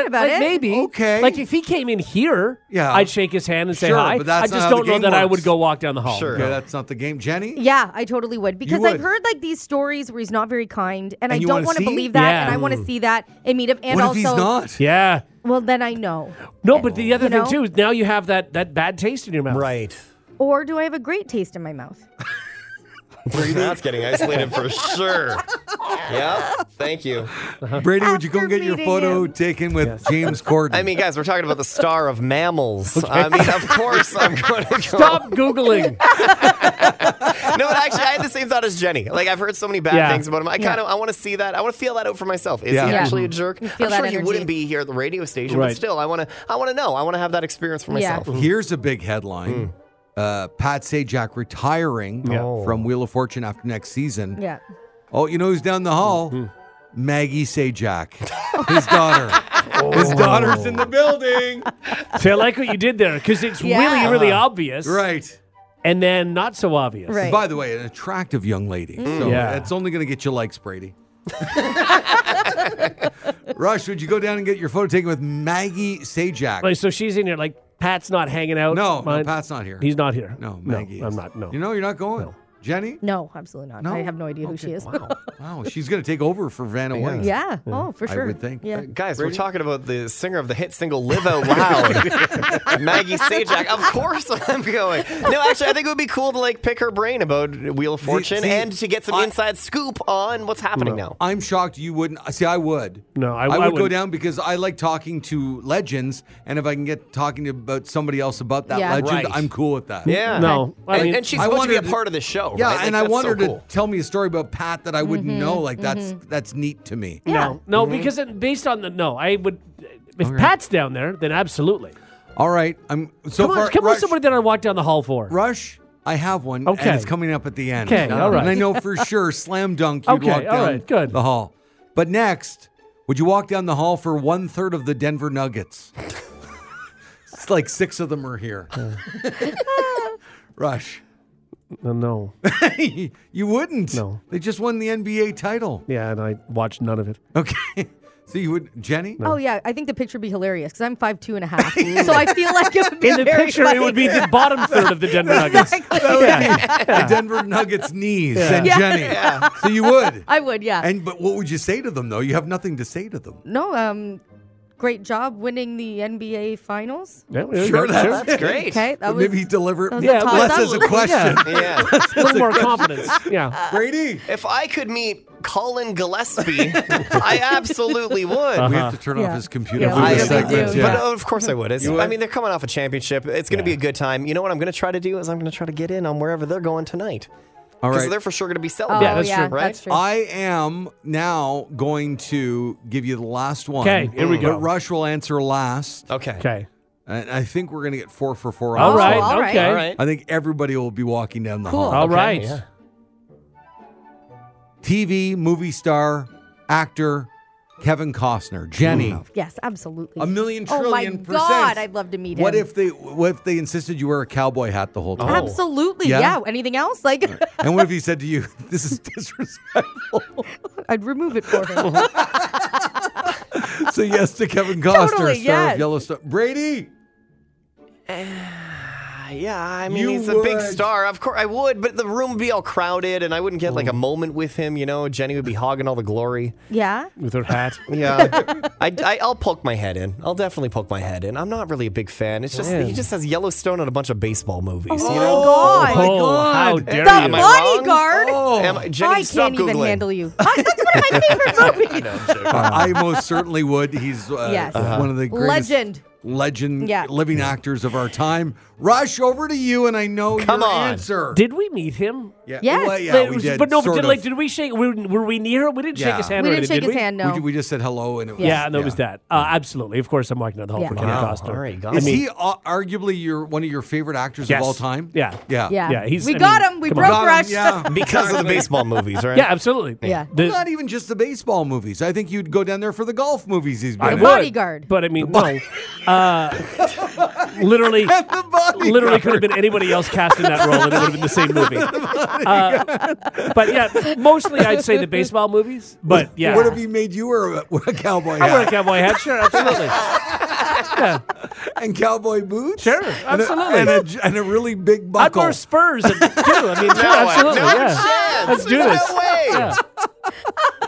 [SPEAKER 4] Thought about
[SPEAKER 5] like
[SPEAKER 4] it.
[SPEAKER 5] Maybe.
[SPEAKER 2] Okay.
[SPEAKER 5] Like if he came in here,
[SPEAKER 2] Yeah.
[SPEAKER 5] I'd shake his hand and say
[SPEAKER 2] Sure,
[SPEAKER 5] hi.
[SPEAKER 2] but that's
[SPEAKER 5] I
[SPEAKER 2] not
[SPEAKER 5] just
[SPEAKER 2] how
[SPEAKER 5] don't
[SPEAKER 2] the
[SPEAKER 5] know
[SPEAKER 2] game
[SPEAKER 5] that I would
[SPEAKER 2] works.
[SPEAKER 5] go walk down the hall.
[SPEAKER 3] Sure.
[SPEAKER 2] Okay, that's not the game. Jenny?
[SPEAKER 4] Yeah, I totally would because
[SPEAKER 2] would.
[SPEAKER 4] I've heard like these stories where he's not very kind, and,
[SPEAKER 2] And
[SPEAKER 4] I
[SPEAKER 2] you
[SPEAKER 4] don't
[SPEAKER 2] wanna
[SPEAKER 4] want to
[SPEAKER 2] see?
[SPEAKER 4] believe that,
[SPEAKER 5] Yeah.
[SPEAKER 4] and I want to see that and meet him. And
[SPEAKER 2] what if
[SPEAKER 4] also,
[SPEAKER 2] he's not?
[SPEAKER 5] Yeah.
[SPEAKER 4] well, then I know.
[SPEAKER 5] No, but the other
[SPEAKER 4] You
[SPEAKER 5] thing
[SPEAKER 4] know?
[SPEAKER 5] too is now you have that that bad taste in your mouth.
[SPEAKER 3] Right.
[SPEAKER 4] Or do I have a great taste in my mouth?
[SPEAKER 3] That's getting isolated for sure. Yeah. Thank you.
[SPEAKER 2] Brady, would you go
[SPEAKER 4] After
[SPEAKER 2] and get your
[SPEAKER 4] meeting
[SPEAKER 2] photo
[SPEAKER 4] him.
[SPEAKER 2] taken with James Corden?
[SPEAKER 3] I mean, guys, we're talking about the star of mammals. I mean, of course I'm going to go.
[SPEAKER 5] Stop googling.
[SPEAKER 3] No, but actually, I had the same thought as Jenny. Like, I've heard so many bad
[SPEAKER 5] Yeah.
[SPEAKER 3] things about him. I kind of, I want to see that. I want to feel that out for myself. Is
[SPEAKER 2] Yeah.
[SPEAKER 3] he
[SPEAKER 2] Yeah.
[SPEAKER 3] actually a jerk? I'm
[SPEAKER 4] feel
[SPEAKER 3] sure
[SPEAKER 4] that
[SPEAKER 3] he
[SPEAKER 4] energy.
[SPEAKER 3] wouldn't be here at the radio station,
[SPEAKER 5] Right.
[SPEAKER 3] but still, I want to, I want to know. I want to have that experience for
[SPEAKER 4] Yeah.
[SPEAKER 3] myself.
[SPEAKER 2] Here's a big headline. Uh, Pat Sajak retiring
[SPEAKER 3] Hmm. Yeah.
[SPEAKER 2] from Wheel of Fortune after next season.
[SPEAKER 4] Yeah.
[SPEAKER 2] Oh, you know who's down the hall?
[SPEAKER 3] Hmm.
[SPEAKER 2] Maggie Sajak, his daughter.
[SPEAKER 3] Oh.
[SPEAKER 2] His daughter's in the building.
[SPEAKER 5] See, I like what you did there because it's
[SPEAKER 4] Yeah.
[SPEAKER 5] really, really obvious.
[SPEAKER 2] Uh-huh. Right.
[SPEAKER 5] And then not so obvious.
[SPEAKER 4] Right. Mm.
[SPEAKER 2] By the way, an attractive young lady. So
[SPEAKER 5] Yeah.
[SPEAKER 2] it's only going to get you likes, Brady. Rush, would you go down and get your photo taken with Maggie Sajak?
[SPEAKER 5] Like, so she's in here, like, Pat's not hanging out.
[SPEAKER 2] no, no,
[SPEAKER 5] Mine-
[SPEAKER 2] Pat's not here.
[SPEAKER 5] He's not here.
[SPEAKER 2] no, Maggie.
[SPEAKER 5] I'm
[SPEAKER 2] is.
[SPEAKER 5] not. No.
[SPEAKER 2] You know, you're not going. Jenny?
[SPEAKER 4] No, absolutely not. I have no idea who she is.
[SPEAKER 2] Wow, she's going to take over for Vanna White.
[SPEAKER 4] yeah. Oh, for sure.
[SPEAKER 2] would think.
[SPEAKER 4] Yeah.
[SPEAKER 3] Guys, we're talking about the singer of the hit single "Live Out Loud," Maggie Sajak. Of course, I'm going. No, actually, I think it would be cool to like pick her brain about Wheel of Fortune
[SPEAKER 2] see,
[SPEAKER 3] and to get some
[SPEAKER 2] I-
[SPEAKER 3] inside scoop on what's happening now.
[SPEAKER 2] I'm shocked you wouldn't. uh, See, I would.
[SPEAKER 5] No, I-
[SPEAKER 2] would
[SPEAKER 5] I
[SPEAKER 2] go
[SPEAKER 5] wouldn't.
[SPEAKER 2] down because I like talking to legends, and if I can get talking to about somebody else about that
[SPEAKER 4] Yeah.
[SPEAKER 2] legend,
[SPEAKER 3] Right.
[SPEAKER 2] I'm cool with that.
[SPEAKER 3] Yeah.
[SPEAKER 5] No, I
[SPEAKER 3] and,
[SPEAKER 5] mean-
[SPEAKER 3] and she's
[SPEAKER 2] I
[SPEAKER 3] supposed to be
[SPEAKER 2] wanted
[SPEAKER 3] a
[SPEAKER 2] to-
[SPEAKER 3] part of the show.
[SPEAKER 2] Yeah,
[SPEAKER 3] right? Like,
[SPEAKER 2] and I
[SPEAKER 3] that's so
[SPEAKER 2] want her
[SPEAKER 3] cool. Mm-hmm.
[SPEAKER 2] to tell me a story about Pat that I wouldn't know. Like that's that's neat to me.
[SPEAKER 5] No, no,
[SPEAKER 2] Mm-hmm.
[SPEAKER 5] because it, based on the no, I would. If Pat's down there, then absolutely.
[SPEAKER 2] All right, I'm so
[SPEAKER 5] Come on,
[SPEAKER 2] far.
[SPEAKER 5] come on,
[SPEAKER 2] Rush,
[SPEAKER 5] somebody that I walk down the hall for.
[SPEAKER 2] Rush, I have one.
[SPEAKER 5] Okay.
[SPEAKER 2] and it's coming up at the end. Um,
[SPEAKER 5] Okay, all right.
[SPEAKER 2] And I know for sure, slam dunk. You'd
[SPEAKER 5] Okay,
[SPEAKER 2] walk
[SPEAKER 5] all
[SPEAKER 2] down
[SPEAKER 5] right, good.
[SPEAKER 2] the hall. But next, would you walk down the hall for one third of the Denver Nuggets? it's like six of them are here. Rush,
[SPEAKER 5] No, no,
[SPEAKER 2] you wouldn't.
[SPEAKER 5] No.
[SPEAKER 2] they just won the NBA title.
[SPEAKER 5] yeah, and I watched none of it.
[SPEAKER 2] Okay, so you would, Jenny.
[SPEAKER 4] Oh yeah, I think the picture would be hilarious because I'm five two and a half, so I feel like it would be
[SPEAKER 5] In the
[SPEAKER 4] very
[SPEAKER 5] picture,
[SPEAKER 4] funny.
[SPEAKER 5] it would be the bottom third of the Denver Nuggets.
[SPEAKER 4] Exactly.
[SPEAKER 2] the Denver Nuggets knees and
[SPEAKER 4] Yeah.
[SPEAKER 2] Jenny. So you would.
[SPEAKER 4] I would, yeah.
[SPEAKER 2] And but what would you say to them though? You have nothing to say to them.
[SPEAKER 4] no, um, great job winning the NBA Finals.
[SPEAKER 5] Yeah, yeah,
[SPEAKER 2] Sure,
[SPEAKER 5] yeah,
[SPEAKER 2] that's-
[SPEAKER 3] That's great.
[SPEAKER 4] Okay, that
[SPEAKER 2] But
[SPEAKER 4] was
[SPEAKER 2] maybe deliver it
[SPEAKER 4] was a
[SPEAKER 5] Yeah, toss-up.
[SPEAKER 2] less as a question.
[SPEAKER 3] Yeah.
[SPEAKER 5] A little more confidence.
[SPEAKER 4] Uh,
[SPEAKER 5] Yeah.
[SPEAKER 2] Brady,
[SPEAKER 3] if I could meet Colin Gillespie, I absolutely would.
[SPEAKER 2] we have to turn off
[SPEAKER 4] Yeah.
[SPEAKER 2] his computer
[SPEAKER 4] Yeah,
[SPEAKER 2] for
[SPEAKER 4] we
[SPEAKER 3] I
[SPEAKER 2] this
[SPEAKER 4] have to
[SPEAKER 2] segment.
[SPEAKER 4] do.
[SPEAKER 2] yeah.
[SPEAKER 3] But uh, of course I would. It's,
[SPEAKER 2] You would?
[SPEAKER 3] I mean, they're coming off a championship. It's going to be a good time. You know what I'm going to try to do is I'm going to try to get in on wherever they're going tonight.
[SPEAKER 2] All
[SPEAKER 3] Because
[SPEAKER 2] right.
[SPEAKER 3] they're for sure going to be
[SPEAKER 4] Oh,
[SPEAKER 3] celebrating.
[SPEAKER 5] Yeah, that's true.
[SPEAKER 3] right?
[SPEAKER 4] That's true.
[SPEAKER 2] I am now going to give you the last one.
[SPEAKER 5] 'Kay, here we go.
[SPEAKER 2] But Rush will answer last.
[SPEAKER 3] Okay.
[SPEAKER 5] Okay.
[SPEAKER 2] And I think we're going to get four for four. on
[SPEAKER 5] All
[SPEAKER 2] this
[SPEAKER 5] right.
[SPEAKER 2] one.
[SPEAKER 4] all right.
[SPEAKER 5] Okay.
[SPEAKER 3] All right.
[SPEAKER 2] I think everybody will be walking down the hall.
[SPEAKER 5] All right.
[SPEAKER 3] yeah.
[SPEAKER 2] TV, movie star, actor, Kevin Costner, Jenny.
[SPEAKER 4] Yes, absolutely.
[SPEAKER 2] A million
[SPEAKER 4] Oh my
[SPEAKER 2] trillion percent.
[SPEAKER 4] God, I'd love to meet him.
[SPEAKER 2] What if they what if they insisted you wear a cowboy hat the whole
[SPEAKER 5] Oh.
[SPEAKER 2] time?
[SPEAKER 4] Absolutely.
[SPEAKER 2] Yeah?
[SPEAKER 4] Yeah. Anything else? Like,
[SPEAKER 2] And what if he said to you, "This is disrespectful"?
[SPEAKER 4] I'd remove it for him.
[SPEAKER 2] so yes to Kevin Costner,
[SPEAKER 4] Totally,
[SPEAKER 2] star of
[SPEAKER 4] yes.
[SPEAKER 2] Yellowstone. Brady,
[SPEAKER 3] Uh, Yeah, I mean
[SPEAKER 2] You
[SPEAKER 3] he's a big
[SPEAKER 2] would.
[SPEAKER 3] star. Of course I would, but the room would be all crowded, and I wouldn't get like
[SPEAKER 2] Oh.
[SPEAKER 3] a moment with him. You know, Jenny would be hogging all the glory.
[SPEAKER 4] yeah.
[SPEAKER 5] with her hat.
[SPEAKER 3] Yeah, I, I, I'll poke my head in. I'll definitely poke my head in. I'm not really a big fan. It's just he just has Yellowstone and a bunch of baseball movies.
[SPEAKER 4] Oh my
[SPEAKER 3] you know?
[SPEAKER 4] God.
[SPEAKER 5] oh, how dare you!
[SPEAKER 4] the
[SPEAKER 3] I wrong?
[SPEAKER 4] bodyguard.
[SPEAKER 2] Oh.
[SPEAKER 3] Am I, Jenny,
[SPEAKER 4] I
[SPEAKER 3] stop
[SPEAKER 4] can't
[SPEAKER 3] googling.
[SPEAKER 4] even handle you. I, that's one of my favorite movies.
[SPEAKER 2] I most certainly would. He's uh,
[SPEAKER 4] Yes. Uh-huh.
[SPEAKER 2] one of the greatest
[SPEAKER 4] Legend.
[SPEAKER 2] legend
[SPEAKER 4] Yeah.
[SPEAKER 2] living actors of our time. Rush over to you, and I know
[SPEAKER 3] Come
[SPEAKER 2] your
[SPEAKER 3] on.
[SPEAKER 2] answer.
[SPEAKER 5] Did we meet him?
[SPEAKER 2] yeah,
[SPEAKER 4] Yes.
[SPEAKER 2] well, yeah,
[SPEAKER 5] Like,
[SPEAKER 2] we did.
[SPEAKER 5] But no, but
[SPEAKER 2] sort
[SPEAKER 5] did,
[SPEAKER 2] of.
[SPEAKER 5] like, did we shake? Were, were we near? We didn't
[SPEAKER 2] Yeah.
[SPEAKER 5] shake his hand.
[SPEAKER 4] We
[SPEAKER 5] or
[SPEAKER 4] didn't
[SPEAKER 5] anything, did
[SPEAKER 4] shake his
[SPEAKER 5] we?
[SPEAKER 4] hand,
[SPEAKER 2] We
[SPEAKER 4] no.
[SPEAKER 2] ju- we, just said hello, and it was
[SPEAKER 5] Yeah, and there was that. Uh, absolutely, of course. I'm walking down the hall
[SPEAKER 4] Yeah.
[SPEAKER 5] for Kevin
[SPEAKER 3] Wow.
[SPEAKER 5] Costner.
[SPEAKER 3] All right, got
[SPEAKER 5] I
[SPEAKER 2] Is
[SPEAKER 5] mean,
[SPEAKER 2] he uh, arguably your one of your favorite actors
[SPEAKER 5] Yes.
[SPEAKER 2] of all time?
[SPEAKER 5] Yeah.
[SPEAKER 2] yeah,
[SPEAKER 4] Yeah.
[SPEAKER 5] Yeah, he's-
[SPEAKER 4] we
[SPEAKER 5] I
[SPEAKER 4] got
[SPEAKER 5] mean,
[SPEAKER 4] him. We
[SPEAKER 5] come
[SPEAKER 4] broke
[SPEAKER 5] on.
[SPEAKER 2] Got
[SPEAKER 4] Rush.
[SPEAKER 2] him, yeah.
[SPEAKER 3] because of the baseball movies, right?
[SPEAKER 5] yeah, absolutely.
[SPEAKER 4] Yeah.
[SPEAKER 5] The-
[SPEAKER 2] Not even just the baseball movies. I think you'd go down there for the golf movies he's been
[SPEAKER 5] I
[SPEAKER 2] in.
[SPEAKER 5] would,
[SPEAKER 4] bodyguard.
[SPEAKER 5] but I mean, no. Uh, literally,
[SPEAKER 2] The bodyguard.
[SPEAKER 5] literally could have been anybody else cast in that role, and it would have been the same movie. Uh, but yeah, mostly I'd say the baseball movies. But yeah,
[SPEAKER 2] What if he made you wear a, wear a cowboy
[SPEAKER 5] I wear a
[SPEAKER 2] hat
[SPEAKER 5] cowboy hat, sure, absolutely.
[SPEAKER 2] and cowboy boots? And
[SPEAKER 5] Sure,
[SPEAKER 2] a-
[SPEAKER 5] absolutely.
[SPEAKER 2] And a, j- and a really big
[SPEAKER 5] I'd
[SPEAKER 2] buckle.
[SPEAKER 5] wear spurs and, too. I mean, sure, absolutely. yeah. Let's do this. Yeah.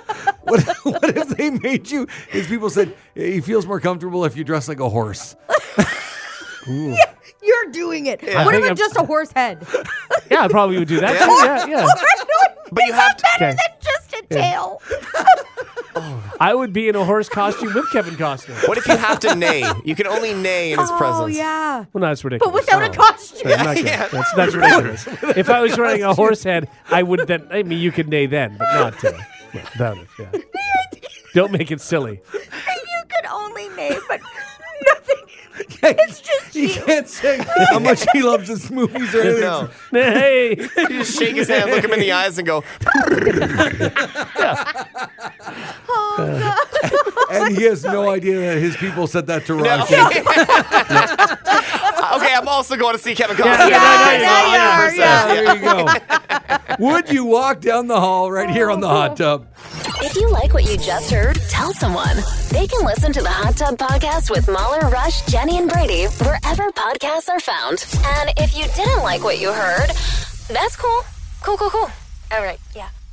[SPEAKER 2] What, what if they made you? Is people said he feels more comfortable if you dress like a horse.
[SPEAKER 4] You're doing it.
[SPEAKER 5] I
[SPEAKER 4] What
[SPEAKER 5] think
[SPEAKER 4] if
[SPEAKER 5] I'm-
[SPEAKER 4] it's just a horse head?
[SPEAKER 5] yeah, I probably would do that. too. Yeah, yeah.
[SPEAKER 3] But you have to.
[SPEAKER 5] Okay.
[SPEAKER 4] just a tail.
[SPEAKER 5] I would be in a horse costume with Kevin Costner.
[SPEAKER 3] What if you have to neigh? You can only neigh in his
[SPEAKER 4] Oh,
[SPEAKER 3] presence.
[SPEAKER 4] yeah.
[SPEAKER 5] Well, no, that's ridiculous.
[SPEAKER 4] But without a costume.
[SPEAKER 5] I'm not gonna- That's, that's ridiculous. if I was wearing a horse head, I would then. I mean, you could neigh then, but not uh, yeah, without it. Yeah. Don't make it silly.
[SPEAKER 4] You could only name, but nothing.
[SPEAKER 2] It's
[SPEAKER 4] just
[SPEAKER 2] he
[SPEAKER 4] you.
[SPEAKER 2] can't say how much he loves his movies or anything.
[SPEAKER 3] No.
[SPEAKER 5] Hey,
[SPEAKER 3] You just shake his hand, look him in the eyes, and go.
[SPEAKER 2] And he has no idea that his people said that to
[SPEAKER 3] No.
[SPEAKER 2] Raj.
[SPEAKER 3] okay, I'm also going to see Kevin Costner.
[SPEAKER 4] yeah, yeah, you are, yeah.
[SPEAKER 2] There you go. Would you walk down the hall right here on the hot tub?
[SPEAKER 1] If you like what you just heard, tell someone. They can listen to the Hot Tub Podcast with Mahler, Rush, Jenny, and Brady wherever podcasts are found. And if you didn't like what you heard, that's cool. Cool, cool, cool. All right, yeah.